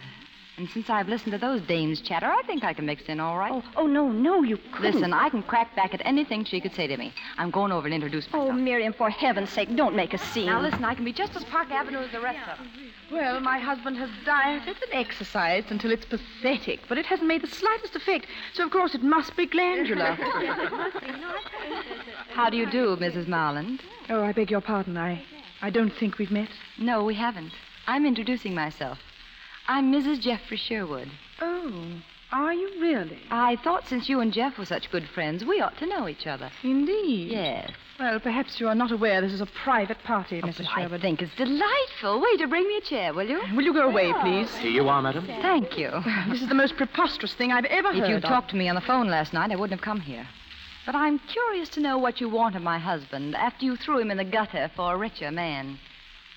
And since I've listened to those dames chatter, I think I can mix in all right.
Oh, no, no, you couldn't.
Listen, I can crack back at anything she could say to me. I'm going over and introduce myself.
Oh, Miriam, for heaven's sake, don't make a scene.
Now, listen, I can be just as Park Avenue as the rest of them.
Well, my husband has dieted and exercised until it's pathetic, but it hasn't made the slightest effect, so of course it must be glandular.
How do you do, Mrs. Marland?
oh, I beg your pardon. I, I don't think we've met.
No, we haven't. I'm introducing myself. I'm Mrs. Jeffrey Sherwood.
Oh, are you really?
I thought since you and Jeff were such good friends, we ought to know each other.
Indeed.
Yes. Oh,
Well, perhaps you are not aware this is a private party, Mrs. Sherwood.
I think it's delightful. Way to bring me a chair, will you?
Will you go away, please?
Here you are, madam.
Thank you.
This is the most preposterous thing I've ever heard.
If you'd
of.
talked to me on the phone last night, I wouldn't have come here. But I'm curious to know what you want of my husband after you threw him in the gutter for a richer man.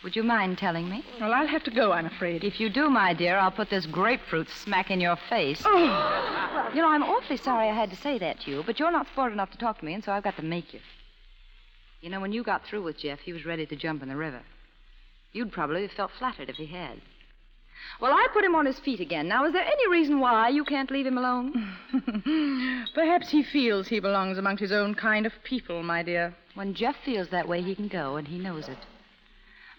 Would you mind telling me?
Well, I'll have to go, I'm afraid.
If you do, my dear, I'll put this grapefruit smack in your face.
Oh.
You know, I'm awfully sorry I had to say that to you, but you're not sport enough to talk to me, and so I've got to make you. You know, when you got through with Jeff, he was ready to jump in the river. You'd probably have felt flattered if he had. Well, I put him on his feet again. Now, is there any reason why you can't leave him
Mm.
alone?
Perhaps he feels he belongs amongst his own kind of people, my dear.
When Jeff feels that way, he can go, and he knows it.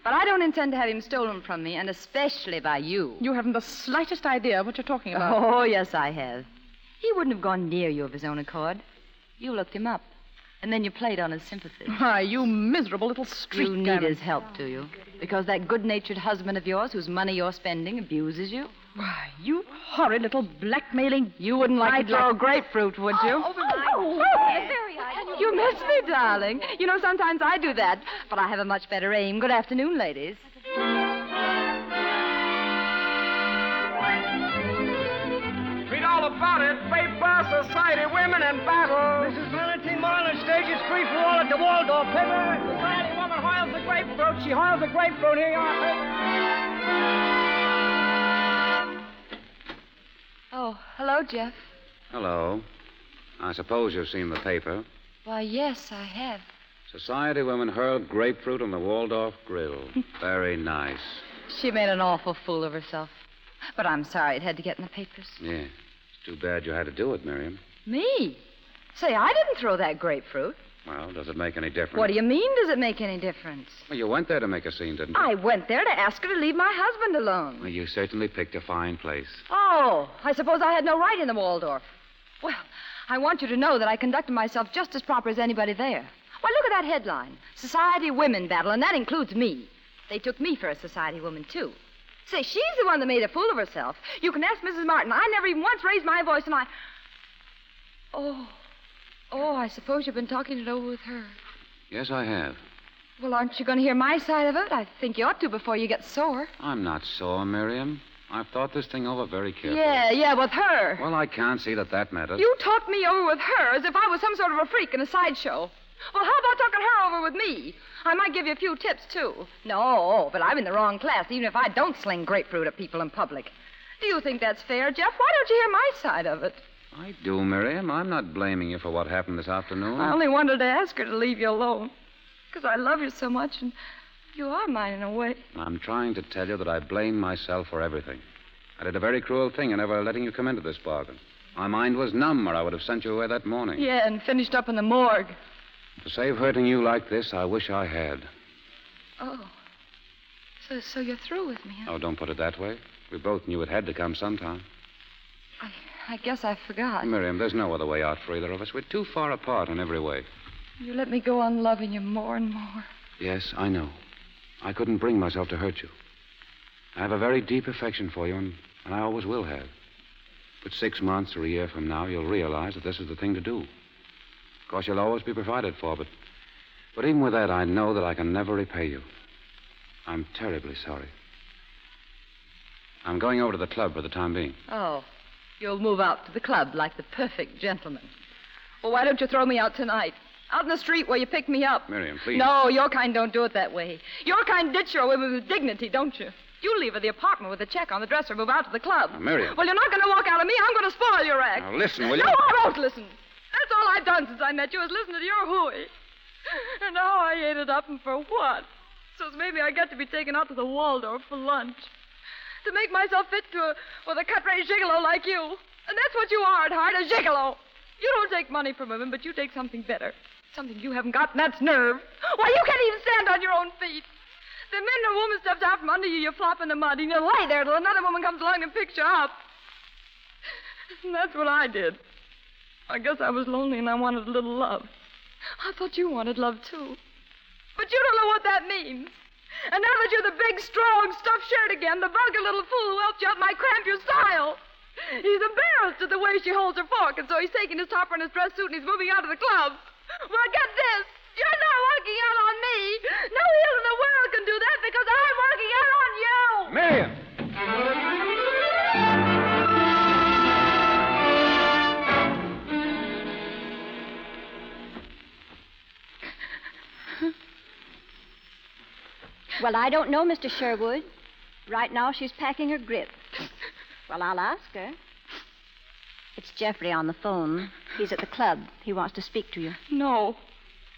But I don't intend to have him stolen from me, and especially by you.
You haven't the slightest idea what you're talking about.
Oh, yes, I have. He wouldn't have gone near you of his own accord. You looked him up, and then you played on his sympathy.
Why, you miserable little street
You need
gammon.
his help, do you? Because that good natured husband of yours, whose money you're spending, abuses you?
Why, you horrid little blackmailing.
You wouldn't like
I'd
to throw
like-
a grapefruit, would you?
Oh,
Oh, you miss me, darling. You know, sometimes I do that, but I have a much better aim. Good afternoon, ladies.
Read all about it. Paper, society, women, and battle.
Mrs. Valentine Marlin stages free for all at the Waldorf. Paper, society woman hoils the grapefruit. She hoils the grapefruit. Here you are,
Oh, hello, Jeff.
Hello. I suppose you've seen the paper.
Why, yes, I have.
Society women hurled grapefruit on the Waldorf grill. Very nice.
She made an awful fool of herself. But I'm sorry it had to get in the papers.
Yeah. It's too bad you had to do it, Miriam.
Me? Say, I didn't throw that grapefruit.
Well, does it make any difference?
What do you mean, does it make any difference?
Well, you went there to make a scene, didn't you?
I went there to ask her to leave my husband alone.
Well, you certainly picked a fine place.
Oh, I suppose I had no right in the Waldorf. Well, I want you to know that I conducted myself just as proper as anybody there. Why, look at that headline Society Women Battle, and that includes me. They took me for a society woman, too. Say, she's the one that made a fool of herself. You can ask Mrs. Martin. I never even once raised my voice, and I. Oh. Oh, I suppose you've been talking it over with her.
Yes, I have.
Well, aren't you going to hear my side of it? I think you ought to before you get sore.
I'm not sore, Miriam. I've thought this thing over very carefully.
Yeah, yeah, with her.
Well, I can't see that that matters.
You talked me over with her as if I was some sort of a freak in a sideshow. Well, how about talking her over with me? I might give you a few tips, too. No, but I'm in the wrong class, even if I don't sling grapefruit at people in public. Do you think that's fair, Jeff? Why don't you hear my side of it?
I do, Miriam. I'm not blaming you for what happened this afternoon.
I only wanted to ask her to leave you alone. Because I love you so much, and you are mine in a way.
I'm trying to tell you that I blame myself for everything. I did a very cruel thing in ever letting you come into this bargain. My mind was numb, or I would have sent you away that morning.
Yeah, and finished up in the morgue.
To save hurting you like this, I wish I had.
Oh. So, so you're through with me,
Oh, don't put it that way. We both knew it had to come sometime.
I guess I forgot.
Miriam, there's no other way out for either of us. We're too far apart in every way.
You let me go on loving you more and more.
Yes, I know. I couldn't bring myself to hurt you. I have a very deep affection for you, and, and I always will have. But six months or a year from now, you'll realize that this is the thing to do. Of course, you'll always be provided for, but, but even with that, I know that I can never repay you. I'm terribly sorry. I'm going over to the club for the time being.
Oh, you'll move out to the club like the perfect gentleman. Well, why don't you throw me out tonight? Out in the street where you picked me up.
Miriam, please.
No, your kind don't do it that way. Your kind ditch your women with dignity, don't you? You leave her the apartment with a check on the dresser, move out to the club.
Now, Oh, Miriam.
Well, you're not going to walk out on me. I'm going to spoil your act.
Now, listen, will you?
No, I won't listen. That's all I've done since I met you is listen to your hooey. And now I ate it up, and for what? So maybe I got to be taken out to the Waldorf for lunch.
to make myself fit to a, with a cut rate gigolo like you. And that's what you are at heart, a gigolo. You don't take money from women, but you take something better. Something you haven't got, and that's nerve. Why, you can't even stand on your own feet. The minute a woman steps out from under you, you flop in the mud, and you lay there till another woman comes along and picks you up. And that's what I did. I guess I was lonely and I wanted a little love. I thought you wanted love, too. But you don't know what that means. And now that you're the big, strong, stuffed shirt again, the vulgar little fool who helped you out might cramp your style. He's embarrassed at the way she holds her fork, and so he's taking his topper and his dress suit and he's moving out of the club. Well, get this. You're not working out on me. No heel in the world can do that because I'm working out on you.
Miriam!
Well, I don't know, Mr. Sherwood. Right now she's packing her grip. Well, I'll ask her. It's Jeffrey on the phone. He's at the club. He wants to speak to you.
No.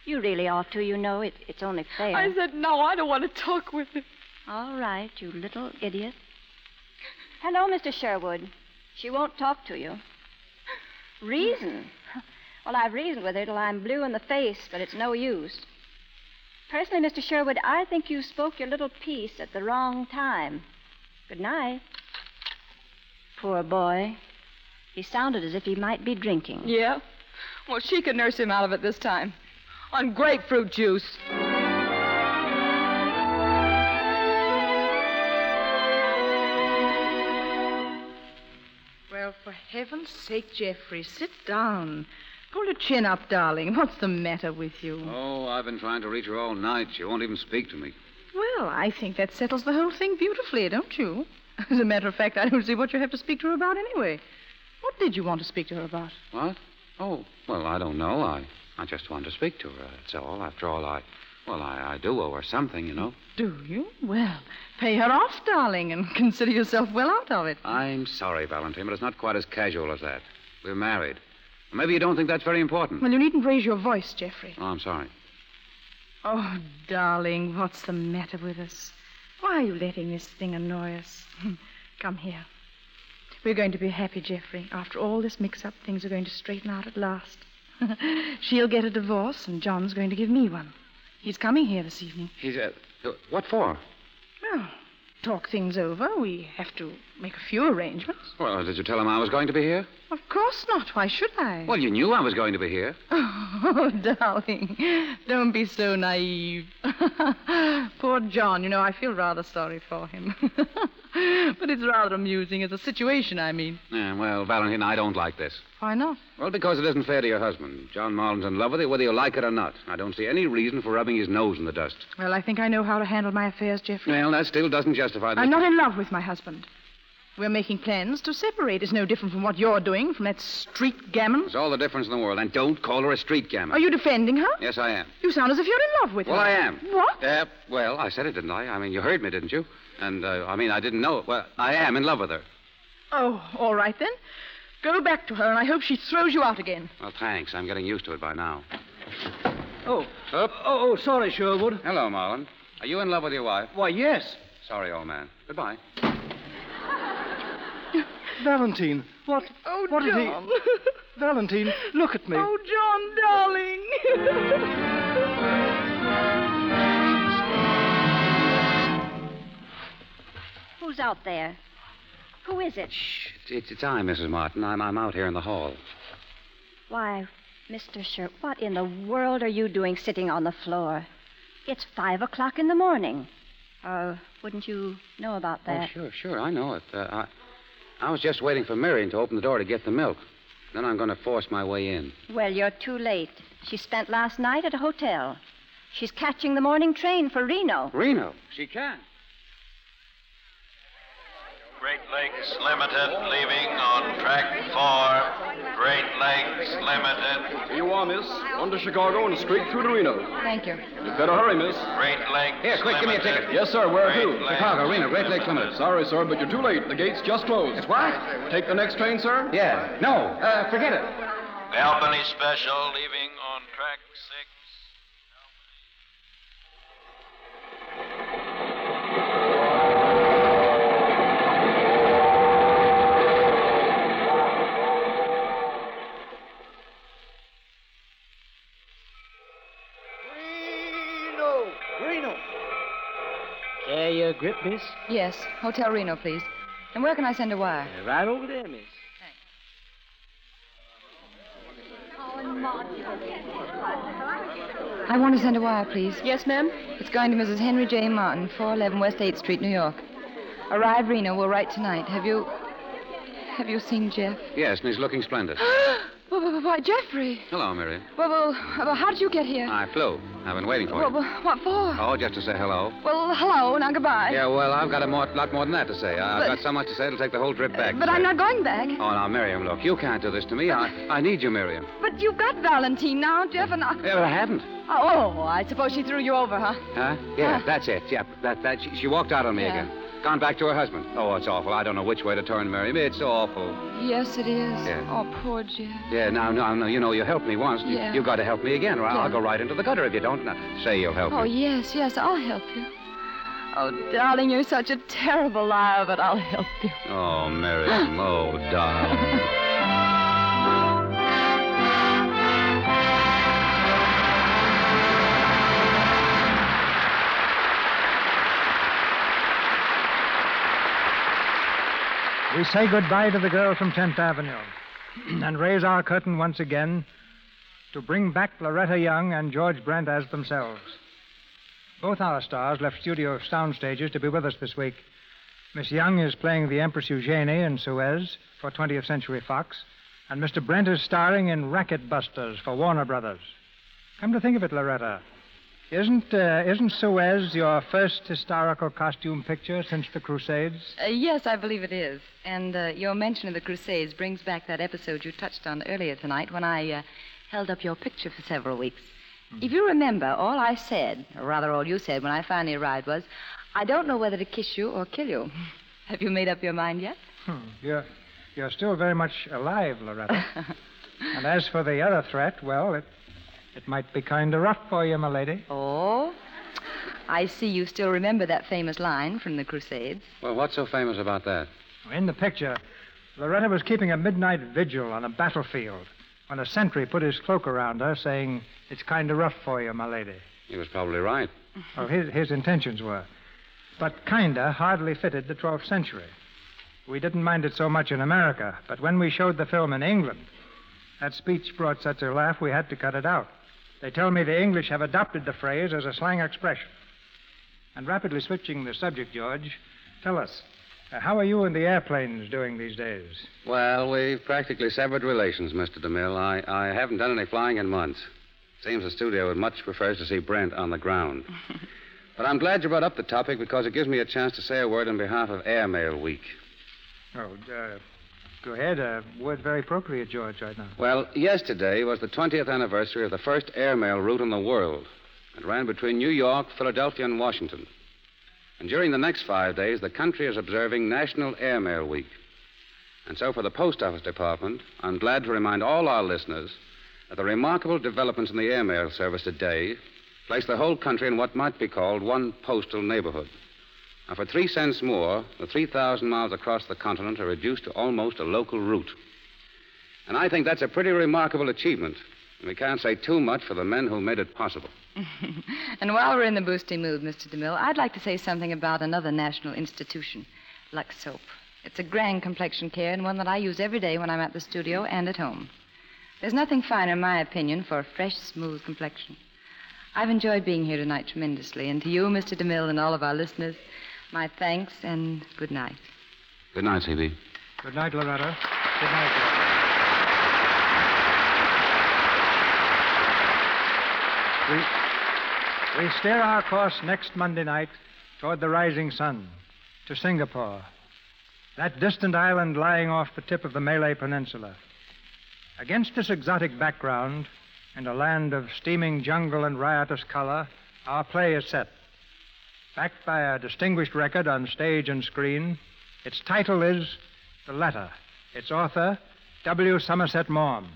You really ought to, you know. It, it's only fair.
I said, no, I don't want to talk with him.
All right, you little idiot. Hello, Mr. Sherwood. She won't talk to you. Reason? Well, I've reasoned with her till I'm blue in the face, but it's no use. Personally, Mr. Sherwood, I think you spoke your little piece at the wrong time. Good night. Poor boy. He sounded as if he might be drinking.
Yeah? Well, she can nurse him out of it this time. On grapefruit juice.
Well, for heaven's sake, Jeffrey, sit down. Pull your chin up, darling. What's the matter with you?
Oh, I've been trying to reach her all night. She won't even speak to me.
Well, I think that settles the whole thing beautifully, don't you? As a matter of fact, I don't see what you have to speak to her about anyway. What did you want to speak to her about?
What? Oh, well, I don't know. I, I just wanted to speak to her. That's all. After all, I, well, I, I do owe her something, you know.
Do you? Well, pay her off, darling, and consider yourself well out of it.
I'm sorry, Valentine, but it's not quite as casual as that. We're married. Maybe you don't think that's very important.
Well, you needn't raise your voice, Jeffrey.
Oh, I'm sorry.
Oh, darling, what's the matter with us? Why are you letting this thing annoy us? Come here. We're going to be happy, Jeffrey. After all this mix up, things are going to straighten out at last. She'll get a divorce, and John's going to give me one. He's coming here this evening.
He's. Uh, what for?
Well, talk things over. We have to make a few arrangements.
Well, did you tell him I was going to be here?
Of course not. Why should I?
Well, you knew I was going to be here.
Oh, darling, don't be so naive. Poor John, you know, I feel rather sorry for him. but it's rather amusing as a situation, I mean.
Yeah, well, Valentine, I don't like this.
Why not?
Well, because it isn't fair to your husband. John Marlin's in love with you, whether you like it or not. I don't see any reason for rubbing his nose in the dust.
Well, I think I know how to handle my affairs, Jeffrey.
Well, that still doesn't justify the.
I'm not in love with my husband. We're making plans to separate. It's no different from what you're doing, from that street gammon.
There's all the difference in the world. And don't call her a street gamin.
Are you defending her?
Yes, I am.
You sound as if you're in love with
Well,
her.
I am.
What?
Uh, well, I said it, didn't I? I mean, you heard me, didn't you? And, uh, I mean, I didn't know it. Well, I am in love with her.
Oh, all right then. Go back to her, and I hope she throws you out again.
Well, thanks. I'm getting used to it by now.
Oh.
Up.
Oh, oh, sorry, Sherwood.
Hello, Marlin. Are you in love with your wife?
Why, yes.
Sorry, old man. Goodbye.
Valentine. What?
Oh,
what did
John.
he. Valentine, look at me.
Oh, John, darling.
Who's out there? Who is it?
It's, it's I, Mrs. Martin. I'm, I'm out here in the hall.
Why, Mr. Sher, what in the world are you doing sitting on the floor? It's five o'clock in the morning. Uh, wouldn't you know about that?
Oh, sure, sure. I know it. Uh, I, I was just waiting for Marion to open the door to get the milk. Then I'm going to force my way in.
Well, you're too late. She spent last night at a hotel. She's catching the morning train for Reno.
Reno? She can.
Great Lakes Limited leaving on track four. Great Lakes Limited.
Here you are, miss. On to Chicago and straight through to Reno.
Thank you.
You'd better hurry, miss.
Great Lakes
Here, quick, give me a ticket. Yes, sir. Where to? Chicago, Reno, Great Lakes Limited. Sorry, sir, but you're too late. The gate's just closed. It's what? Take the next train, sir?
Yeah. No. Uh, forget it.
The Albany Special leaving on track six.
grip, miss?
Yes, Hotel Reno, please. And where can I send a wire?
Uh, Right over there, miss.
I want to send a wire, please. Yes, ma'am? It's going to Mrs. Henry J. Martin, 411 West 8th Street, New York. Arrive Reno. We'll write tonight. Have you. Have you seen Jeff?
Yes, and he's looking splendid.
Why, why, why, Jeffrey.
Hello, Miriam.
Well, well, well, how did you get here?
I flew. I've been waiting for
well,
you.
well, what for?
Oh, just to say hello.
Well, hello, now goodbye.
Yeah, well, I've got a more, lot more than that to say. I've
But-
got so much to say, it'll take the whole trip back.
But I'm not going back.
Oh, now, Miriam, look, you can't do this to me. I, I need you, Miriam.
But you've got Valentine now, Jeff, and I.
Yeah, but I haven't.
Oh, I suppose she threw you over, huh?
Huh? Yeah, that's it. Yep, that, that, she, she walked out on me
Ah. Yeah.
again. Gone back to her husband. Oh, it's awful. I don't know which way to turn, Miriam. It's awful.
Yes, it is.
Yeah.
Oh, poor Jeff.
Yeah, now, now, now, you know, you helped me once. You,
Yeah.
You've got to help me again, or I'll, I'll
Yeah.
go right into the gutter if you don't. Now, say you'll help
Oh,
me.
yes, yes, I'll help you. Oh, darling, you're such a terrible liar, but I'll help you.
Oh, Miriam. oh, darling.
We say goodbye to the girl from 10th Avenue and raise our curtain once again to bring back Loretta Young and George Brent as themselves. Both our stars left studio sound stages to be with us this week. Miss Young is playing the Empress Eugenie in Suez for 20th Century Fox, and Mr. Brent is starring in Racket Busters for Warner Brothers. Come to think of it, Loretta, isn't, uh, isn't Suez your first historical costume picture since the Crusades?
Uh, yes, I believe it is. And uh, your mention of the Crusades brings back that episode you touched on earlier tonight when I uh, held up your picture for several weeks.
Hmm.
If you remember, all I said, or rather all you said when I finally arrived, was, I don't know whether to kiss you or kill you. Have you made up your mind yet?
Hmm, You're, you're still very much alive, Loretta. and as for the other threat, well, it, it might be kind of rough for you, my lady.
Oh? I see you still remember that famous line from the Crusades.
Well, what's so famous about that?
In the picture, Loretta was keeping a midnight vigil on a battlefield when a sentry put his cloak around her, saying, It's kind of rough for you, my lady.
He was probably right.
Well, his, his intentions were. But kinda hardly fitted the 12th century. We didn't mind it so much in America, but when we showed the film in England, that speech brought such a laugh we had to cut it out. They tell me the English have adopted the phrase as a slang expression. And rapidly switching the subject, George, tell us, uh, how are you and the airplanes doing these days?
Well, we've practically severed relations, Mr. DeMille. I, I haven't done any flying in months. Seems the studio would much prefers to see Brent on the ground. but I'm glad you brought up the topic because it gives me a chance to say a word on behalf of Airmail Week.
Oh, uh, go ahead. A word very appropriate, George, right now.
Well, yesterday was the 20th anniversary of the first airmail route in the world. It ran between New York, Philadelphia, and Washington. And during the next five days, the country is observing National Airmail Week. And so, for the Post Office Department, I'm glad to remind all our listeners that the remarkable developments in the airmail service today place the whole country in what might be called one postal neighborhood. Now, for three cents more, the 3,000 miles across the continent are reduced to almost a local route. And I think that's a pretty remarkable achievement. And we can't say too much for the men who made it possible.
And while we're in the boosty mood, Mr. DeMille, I'd like to say something about another national institution, Lux Soap. It's a grand complexion care and one that I use every day when I'm at the studio and at home. There's nothing finer, in my opinion, for a fresh, smooth complexion. I've enjoyed being here tonight tremendously, and to you, Mr. DeMille, and all of our listeners, my thanks and good night.
Good night, C.B.
Good night, Loretta. Good night. We, we steer our course next Monday night toward the rising sun to Singapore, that distant island lying off the tip of the Malay Peninsula. Against this exotic background, in a land of steaming jungle and riotous color, our play is set. Backed by a distinguished record on stage and screen, its title is The Letter. Its author, W. Somerset Maugham.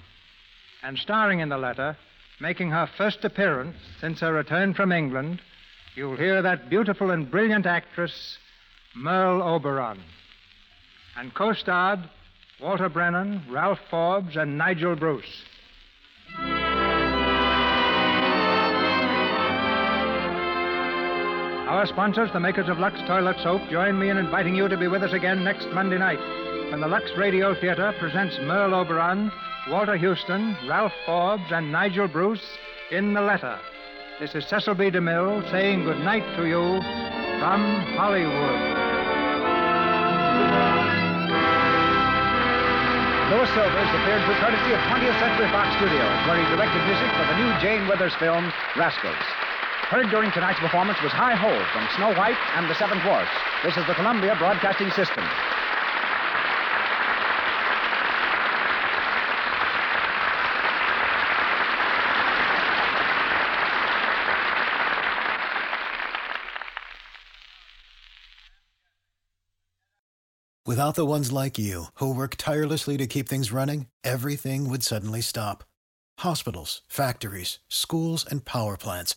And starring in The Letter, making her first appearance since her return from England, you'll hear that beautiful and brilliant actress, Merle Oberon. And co starred Walter Brennan, Ralph Forbes, and Nigel Bruce. Our sponsors, the makers of Lux Toilet Soap, join me in inviting you to be with us again next Monday night when the Lux Radio Theater presents Merle Oberon, Walter Houston, Ralph Forbes, and Nigel Bruce in The Letter. This is Cecil B. DeMille saying good night to you from Hollywood.
Louis Silvers appeared through courtesy of 20th Century Fox Studios, where he directed music for the new Jane Withers film, Rascals. Heard during tonight's performance was High Ho from Snow White and the Seven Dwarfs. This is the Columbia Broadcasting System.
Without the ones like you, who work tirelessly to keep things running, everything would suddenly stop. Hospitals, factories, schools, and power plants,